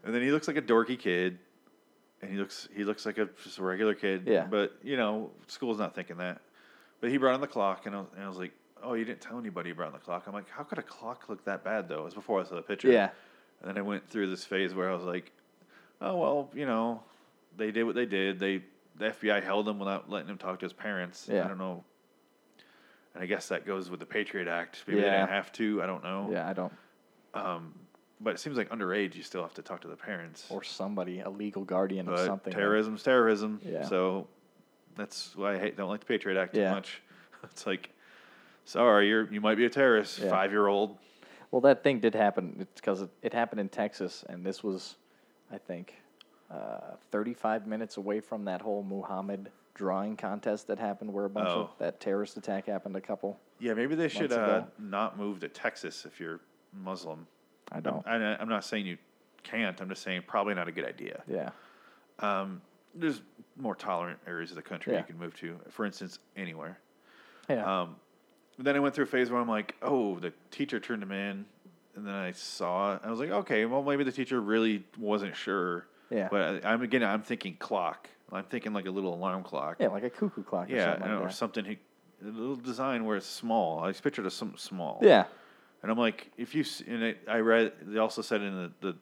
Speaker 2: then he looks like a dorky kid, and he looks he looks like a just a regular kid.
Speaker 3: Yeah.
Speaker 2: But you know, school's not thinking that. But he brought in the clock, and I was, and I was like, "Oh, you didn't tell anybody you brought in the clock." I'm like, "How could a clock look that bad though?" It was before I saw the picture.
Speaker 3: Yeah.
Speaker 2: And then I went through this phase where I was like, "Oh well, you know, they did what they did. They the FBI held him without letting him talk to his parents.
Speaker 3: Yeah.
Speaker 2: I don't know." And I guess that goes with the Patriot Act. Maybe they
Speaker 3: Yeah.
Speaker 2: didn't have to. I don't know.
Speaker 3: Yeah, I don't.
Speaker 2: But it seems like underage, you still have to talk to the parents.
Speaker 3: Or somebody, a legal guardian of
Speaker 2: but
Speaker 3: something.
Speaker 2: terrorism's terrorism.
Speaker 3: Yeah.
Speaker 2: So that's why I hate, don't like the Patriot Act
Speaker 3: Yeah.
Speaker 2: too much. [LAUGHS] It's like, sorry, you're you might be a terrorist,
Speaker 3: Yeah.
Speaker 2: five year old.
Speaker 3: Well, that thing did happen. It's because it, it happened in Texas, and this was, I think, uh, 35 minutes away from that whole Muhammad drawing contest that happened, where a bunch of
Speaker 2: Oh.
Speaker 3: that terrorist attack happened. A couple.
Speaker 2: Yeah, maybe they should
Speaker 3: Months
Speaker 2: uh,
Speaker 3: ago.
Speaker 2: not move to Texas if you're Muslim.
Speaker 3: I don't.
Speaker 2: I, I'm not saying you can't. I'm just saying probably not a good idea.
Speaker 3: yeah.
Speaker 2: There's more tolerant areas of the country
Speaker 3: Yeah.
Speaker 2: you can move to. For instance, anywhere.
Speaker 3: Yeah.
Speaker 2: Um, but then I went through a phase where I'm like, oh, the teacher turned him in, and then I saw it. I was like, okay, well, maybe the teacher really wasn't sure.
Speaker 3: Yeah.
Speaker 2: But I, I'm again, I'm thinking clock. I'm thinking like a little alarm clock.
Speaker 3: yeah, like a cuckoo clock.
Speaker 2: Yeah,
Speaker 3: Or something
Speaker 2: and-
Speaker 3: like
Speaker 2: or
Speaker 3: that.
Speaker 2: something. He, a little design where it's small. I just pictured a something small.
Speaker 3: Yeah.
Speaker 2: And I'm like, if you s- and it, I read, they also said in the, the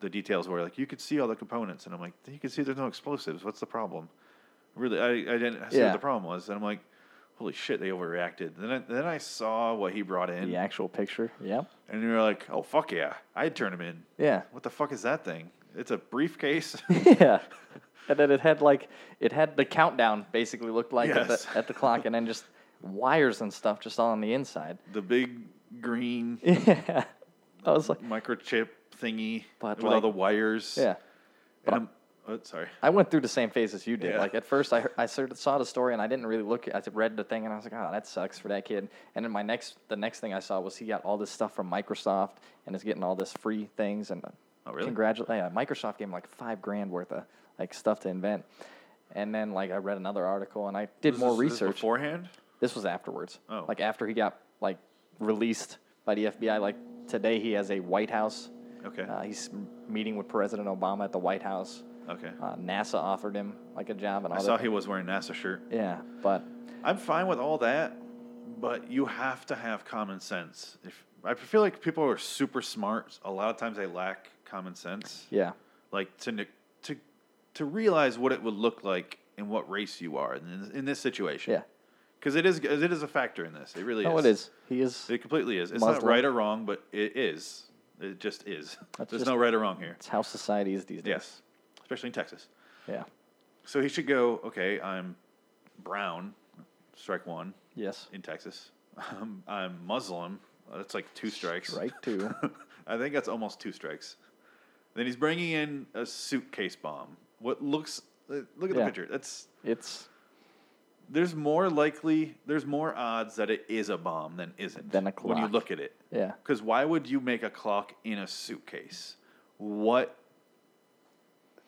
Speaker 2: the details where like you could see all the components, and I'm like, you can see there's no explosives. What's the problem? Really, I, I didn't see
Speaker 3: Yeah.
Speaker 2: what the problem was, and I'm like, holy shit, they overreacted. Then I, then I saw what he brought in,
Speaker 3: The actual picture. Yep. [LAUGHS]
Speaker 2: and you were like, oh fuck yeah, I'd turn him in.
Speaker 3: Yeah.
Speaker 2: What the fuck is that thing? It's a
Speaker 3: [LAUGHS]
Speaker 2: briefcase.
Speaker 3: yeah. And then it had like it had the countdown basically looked like at,
Speaker 2: Yes.
Speaker 3: the, at the clock, and then just wires and stuff just all on the inside.
Speaker 2: the big green
Speaker 3: Yeah. I was
Speaker 2: [LAUGHS]
Speaker 3: like,
Speaker 2: microchip thingy
Speaker 3: But,
Speaker 2: with all
Speaker 3: like-
Speaker 2: the wires.
Speaker 3: yeah.
Speaker 2: And I'm, oh, sorry.
Speaker 3: I went through the same phase as you did.
Speaker 2: Yeah.
Speaker 3: Like at first, I heard, I sort of saw the story and I didn't really look. I read the thing and I was like, "Oh, that sucks for that kid." And then my next, the next thing I saw was he got all this stuff from Microsoft and is getting all this free things and
Speaker 2: Oh, really?
Speaker 3: congratulate. Yeah, Microsoft gave him like five grand worth of like stuff to invent. And then like I read another article and I did
Speaker 2: Was
Speaker 3: more
Speaker 2: this- this
Speaker 3: research.
Speaker 2: beforehand.
Speaker 3: This was afterwards.
Speaker 2: Oh.
Speaker 3: Like after he got like released by the FBI. Like today, he has a White House.
Speaker 2: Okay.
Speaker 3: Uh, he's meeting with President Obama at the White House.
Speaker 2: okay.
Speaker 3: Uh, NASA offered him like a job and all
Speaker 2: I
Speaker 3: that.
Speaker 2: saw he was wearing a NASA shirt.
Speaker 3: Yeah, but
Speaker 2: I'm fine with all that. but you have to have common sense. If I feel like people who are super smart, a lot of times they lack common sense.
Speaker 3: Yeah.
Speaker 2: Like to ne- to to realize what it would look like in what race you are in, in this situation.
Speaker 3: Yeah.
Speaker 2: Because it is it is a factor in this. It really
Speaker 3: No,
Speaker 2: is.
Speaker 3: it is. He is.
Speaker 2: It completely is. It's not
Speaker 3: Muslim.
Speaker 2: right or wrong, but it is. It just is.
Speaker 3: That's
Speaker 2: There's
Speaker 3: just-
Speaker 2: no right or wrong here.
Speaker 3: It's how society is these days.
Speaker 2: Yes, especially in Texas.
Speaker 3: Yeah.
Speaker 2: So he should go. Okay, I'm brown. Strike one
Speaker 3: Yes.
Speaker 2: in Texas. Um, I'm Muslim. That's like two strikes.
Speaker 3: Right
Speaker 2: [LAUGHS]
Speaker 3: too.
Speaker 2: I think that's almost two strikes. Then he's bringing in a suitcase bomb. What looks? uh, Look at the
Speaker 3: Yeah.
Speaker 2: picture. That's
Speaker 3: It's
Speaker 2: there's more likely. There's more odds that it is a bomb than isn't.
Speaker 3: Than a
Speaker 2: When you
Speaker 3: clock.
Speaker 2: look at it.
Speaker 3: yeah.
Speaker 2: Because why would you make a clock in a suitcase? What?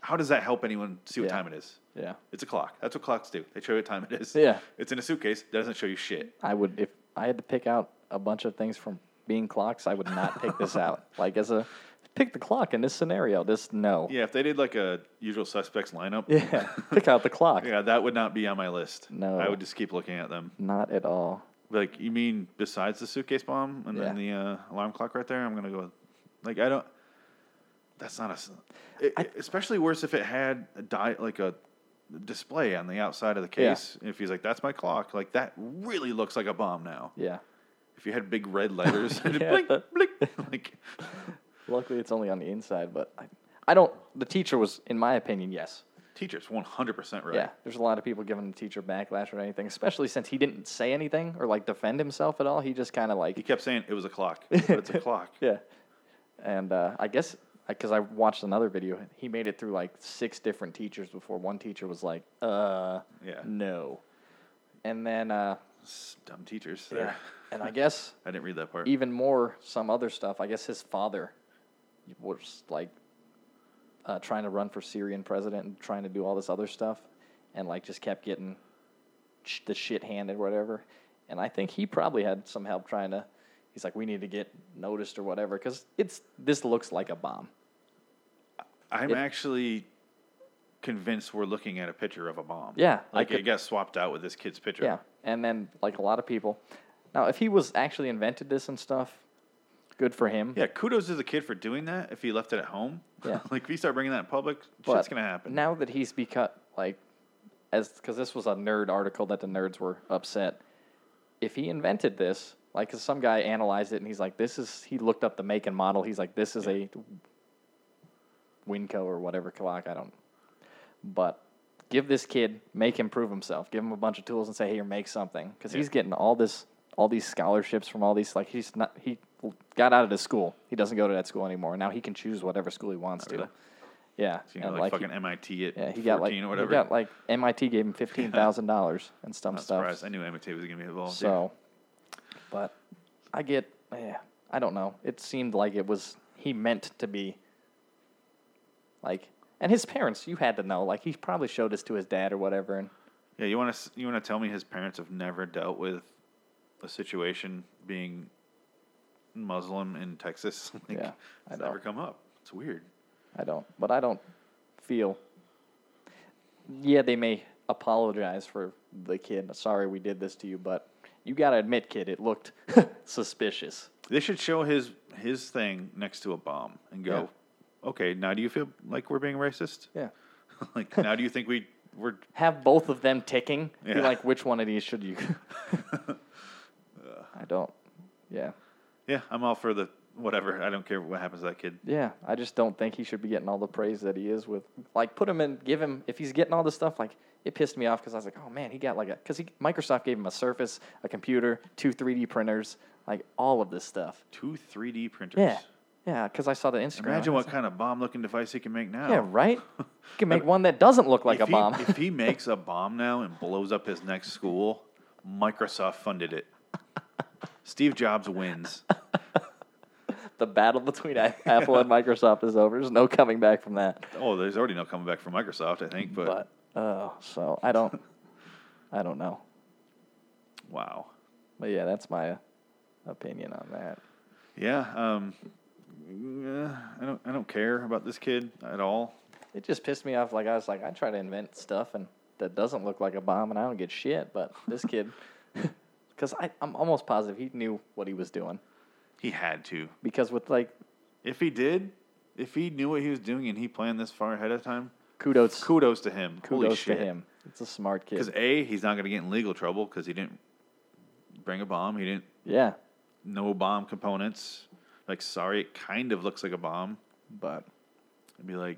Speaker 2: How does that help anyone see what
Speaker 3: Yeah.
Speaker 2: time it is?
Speaker 3: Yeah.
Speaker 2: It's a clock. That's what clocks do. They show you what time it is.
Speaker 3: Yeah.
Speaker 2: It's in a suitcase. That doesn't show you shit.
Speaker 3: I would if I had to pick out a bunch of things from being clocks, I would not pick
Speaker 2: [LAUGHS]
Speaker 3: this out. Like as a pick the clock in this scenario. This no.
Speaker 2: Yeah, if they did like a usual suspects lineup,
Speaker 3: [LAUGHS] Yeah. pick out the clock.
Speaker 2: yeah, that would not be on my list.
Speaker 3: No.
Speaker 2: I would just keep looking at them.
Speaker 3: Not at all.
Speaker 2: Like, you mean besides the suitcase bomb and then the uh, alarm clock right there? I'm gonna go. Like, I don't. That's not a. s- it-
Speaker 3: I-
Speaker 2: it- especially worse if it had a di- like a display on the outside of the case. If he's like, "That's my clock," like that really looks like a bomb now.
Speaker 3: Yeah.
Speaker 2: If you had big red letters, and
Speaker 3: [LAUGHS] Yeah,
Speaker 2: [LAUGHS] blink,
Speaker 3: that-
Speaker 2: blink, like
Speaker 3: Luckily, it's only on the inside, but I, I don't. The teacher was, in my opinion, yes.
Speaker 2: teachers, 100 percent right.
Speaker 3: Yeah, there's a lot of people giving the teacher backlash or anything, especially since he didn't say anything or like defend himself at all. He just kind of
Speaker 2: He
Speaker 3: like,
Speaker 2: kept saying it was a clock, but it's
Speaker 3: [LAUGHS]
Speaker 2: a clock.
Speaker 3: yeah. And uh, I guess because I watched another video, he made it through like six different teachers before one teacher was like, uh,
Speaker 2: Yeah.
Speaker 3: no. And then, uh,
Speaker 2: It's dumb teachers.
Speaker 3: yeah.
Speaker 2: Yeah.
Speaker 3: and I guess
Speaker 2: I didn't read that part.
Speaker 3: even more some other stuff. I guess his father was like uh, trying to run for Syrian president and trying to do all this other stuff, and like just kept getting sh- the shit handed, whatever. And I think he probably had some help trying to. He's like, we need to get noticed or whatever, because it's this looks like a bomb.
Speaker 2: I'm
Speaker 3: It-
Speaker 2: actually convinced we're looking at a picture of a bomb.
Speaker 3: Yeah, I
Speaker 2: Like it
Speaker 3: could-
Speaker 2: got swapped out with this kid's picture.
Speaker 3: Yeah, and then like a lot of people. Now, if he was actually invented this and stuff, good for him.
Speaker 2: Yeah, kudos to the kid for doing that if he left it at home.
Speaker 3: Yeah.
Speaker 2: [LAUGHS] like if you start bringing that in public,
Speaker 3: But
Speaker 2: shit's going to happen.
Speaker 3: Now that he's become like, as because this was a nerd article that the nerds were upset. If he invented this, like, 'cause some guy analyzed it and he's like, "This is," he looked up the make and model. He's like, "This is a Winco or whatever clock." I don't. But give this kid, make him prove himself. Give him a bunch of tools and say, "Here, make something," because he's getting all this, all these scholarships from all these. Like, he's not he got out of his school. He doesn't go to that school anymore. Now he can choose whatever school he wants to.
Speaker 2: Really?
Speaker 3: Yeah,
Speaker 2: So, you know,
Speaker 3: and,
Speaker 2: like,
Speaker 3: he-
Speaker 2: fucking MIT at
Speaker 3: yeah, he
Speaker 2: 14
Speaker 3: got like
Speaker 2: or
Speaker 3: he
Speaker 2: whatever.
Speaker 3: got like MIT
Speaker 2: [LAUGHS]
Speaker 3: gave him fifteen thousand dollars and some
Speaker 2: Not
Speaker 3: stuff.
Speaker 2: surprised. I knew MIT was going to be involved. dude.
Speaker 3: So, but I get, yeah, I don't know. It seemed like it was he meant to be like, and his parents, you had to know, like he probably showed this to his dad or whatever, and
Speaker 2: Yeah, you want to you want to tell me his parents have never dealt with a situation being Muslim in Texas? [LAUGHS] Like,
Speaker 3: Yeah, I
Speaker 2: it's never
Speaker 3: know.
Speaker 2: come up. It's weird.
Speaker 3: I don't, but I don't feel. Yeah, they may apologize for the kid. Sorry, we did this to you, but you gotta admit, kid, it looked [LAUGHS] suspicious.
Speaker 2: They should show his his thing next to a bomb and go, "Okay, now do you feel like we're being racist?
Speaker 3: Yeah.
Speaker 2: [LAUGHS] like now do you think we we're
Speaker 3: have both of them ticking. Be
Speaker 2: Yeah.
Speaker 3: like, which one of these
Speaker 2: [LAUGHS]
Speaker 3: should you? I don't. Yeah.
Speaker 2: yeah, I'm all for the whatever. I don't care what happens to that kid.
Speaker 3: Yeah. I just don't think he should be getting all the praise that he is with. Like, put him in, give him, if he's getting all this stuff, like, it pissed me off because I was like, oh man, he got like a, because Microsoft gave him a Surface, a computer, two 3D printers, like all of this stuff.
Speaker 2: Two 3D printers.
Speaker 3: Yeah. Yeah. Because I saw the Instagram.
Speaker 2: Imagine
Speaker 3: I
Speaker 2: what
Speaker 3: was
Speaker 2: kind of bomb looking device he can make now.
Speaker 3: like, Yeah, right? You
Speaker 2: [LAUGHS]
Speaker 3: can make one that doesn't look like
Speaker 2: if
Speaker 3: a
Speaker 2: he,
Speaker 3: bomb.
Speaker 2: if he makes a bomb now and blows up his next school, Microsoft funded it. Steve Jobs wins.
Speaker 3: [LAUGHS] the battle between A- Apple and Microsoft is over. There's no coming back from that.
Speaker 2: Oh, there's already no coming back from Microsoft, I think. But,
Speaker 3: but oh, so I don't,
Speaker 2: [LAUGHS]
Speaker 3: I don't know.
Speaker 2: wow,
Speaker 3: But yeah, that's my opinion on that.
Speaker 2: yeah. Um, eh, I don't. I don't care about this kid at all.
Speaker 3: It just pissed me off. Like I was like, I [LAUGHS] try to invent stuff and that doesn't look like a bomb, and I don't get shit. But this kid Because I'm almost positive he knew what he was doing.
Speaker 2: He had to.
Speaker 3: Because with like
Speaker 2: If he did, if he knew what he was doing and he planned this far ahead of time,
Speaker 3: kudos,
Speaker 2: kudos to him. Holy
Speaker 3: kudos to
Speaker 2: shit.
Speaker 3: him. It's a smart kid.
Speaker 2: Because a, he's not going to get in legal trouble because he didn't bring a bomb. He didn't
Speaker 3: yeah,
Speaker 2: no bomb components. Like, sorry, it kind of looks like a bomb.
Speaker 3: but
Speaker 2: I'd be like,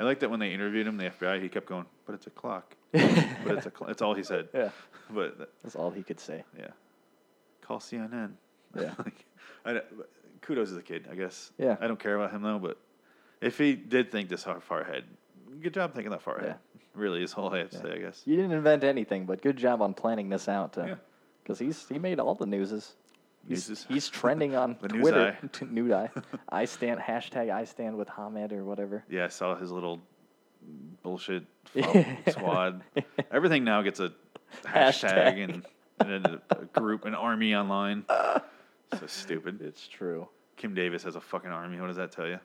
Speaker 2: I like that when they interviewed him, the FBI, he kept going, but it's a
Speaker 3: [LAUGHS]
Speaker 2: clock. but it's a clock. That's all he said.
Speaker 3: yeah,
Speaker 2: But th-
Speaker 3: that's all he could say.
Speaker 2: yeah, call CNN.
Speaker 3: Yeah.
Speaker 2: [LAUGHS] like, I don't- but kudos to the kid, I guess.
Speaker 3: Yeah.
Speaker 2: I don't care about him though, but if he did think this far, far ahead, good job thinking that far ahead. Really, is all I have to say, I guess.
Speaker 3: You didn't invent anything, but good job on planning this out.
Speaker 2: Yeah.
Speaker 3: Because he's he made all the newses. He's,
Speaker 2: Newses.
Speaker 3: he's trending on
Speaker 2: [LAUGHS] The news
Speaker 3: Twitter.
Speaker 2: eye.
Speaker 3: [LAUGHS] T- Nude
Speaker 2: [LAUGHS]
Speaker 3: eye. I stand hashtag I stand with Hamed or whatever.
Speaker 2: Yeah, I saw his little bullshit fob squad. Everything now gets a hashtag,
Speaker 3: Hashtag.
Speaker 2: and, and a, a group, an army online. so stupid.
Speaker 3: It's true.
Speaker 2: Kim Davis has a fucking army. What does that tell you?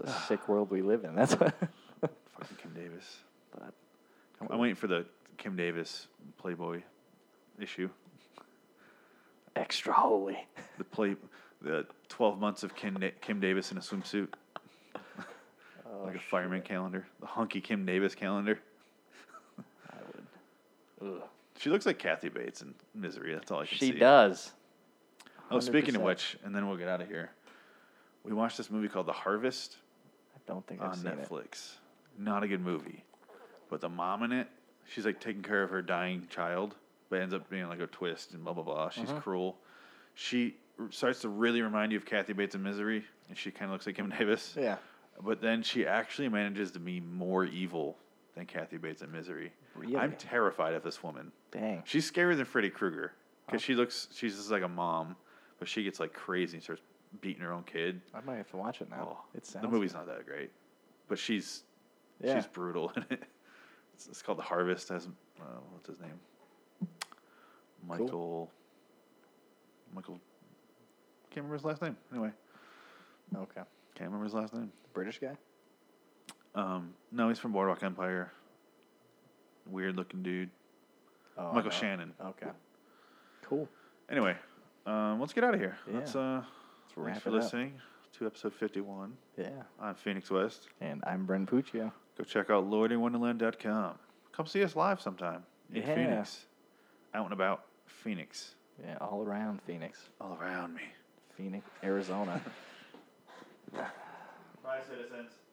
Speaker 2: [SIGHS]
Speaker 3: a sick world we live in. That's what. [LAUGHS]
Speaker 2: Fucking Kim Davis.
Speaker 3: But
Speaker 2: I'm, I'm waiting for the Kim Davis Playboy issue.
Speaker 3: extra holy.
Speaker 2: The play, the 12 months of Kim, Da- Kim Davis in a swimsuit,
Speaker 3: Oh,
Speaker 2: like a fireman calendar, the hunky Kim Davis calendar.
Speaker 3: I would. Ugh.
Speaker 2: She looks like Kathy Bates in Misery. That's all I can
Speaker 3: She
Speaker 2: see.
Speaker 3: does.
Speaker 2: Oh, speaking of
Speaker 3: 100%.
Speaker 2: which, and then we'll get out of here. We watched this movie called The Harvest
Speaker 3: I don't think I've
Speaker 2: on
Speaker 3: seen it.
Speaker 2: Netflix. Not a good movie, but the mom in it, she's like taking care of her dying child, but ends up being like a twist and blah blah blah. She's
Speaker 3: Mm-hmm.
Speaker 2: cruel. She r- starts to really remind you of Kathy Bates in Misery, and she kind of looks like Kim Davis.
Speaker 3: Yeah.
Speaker 2: But then she actually manages to be more evil than Kathy Bates in Misery.
Speaker 3: Really?
Speaker 2: I'm terrified of this woman.
Speaker 3: Dang.
Speaker 2: She's scarier than Freddy Krueger because she looks. She's just like a mom, but she gets like crazy and starts beating her own kid.
Speaker 3: I might have to watch it now.
Speaker 2: Oh,
Speaker 3: it sounds
Speaker 2: the movie's not that great, but she's
Speaker 3: Yeah.
Speaker 2: she's brutal in it. [LAUGHS] It's, it's called The Harvest. Has uh, what's his name? Michael. Michael. Can't remember his last name. Anyway,
Speaker 3: okay.
Speaker 2: can't remember his last name.
Speaker 3: British guy.
Speaker 2: Um, no, he's from Boardwalk Empire. Weird looking dude.
Speaker 3: Oh,
Speaker 2: Michael
Speaker 3: no.
Speaker 2: Shannon.
Speaker 3: Okay. Cool.
Speaker 2: Anyway, um, let's get out of here.
Speaker 3: Yeah.
Speaker 2: Let's uh,
Speaker 3: wrap
Speaker 2: thanks for
Speaker 3: it up.
Speaker 2: listening to episode fifty-one.
Speaker 3: Yeah.
Speaker 2: I'm Phoenix West.
Speaker 3: And I'm Brent Puccio.
Speaker 2: Go check out LordInWonderland.com. Come see us live sometime in
Speaker 3: Yeah.
Speaker 2: Phoenix, out and about Phoenix,
Speaker 3: Yeah, all around Phoenix,
Speaker 2: all around me.
Speaker 3: Phoenix, Arizona.
Speaker 2: Bye, citizens.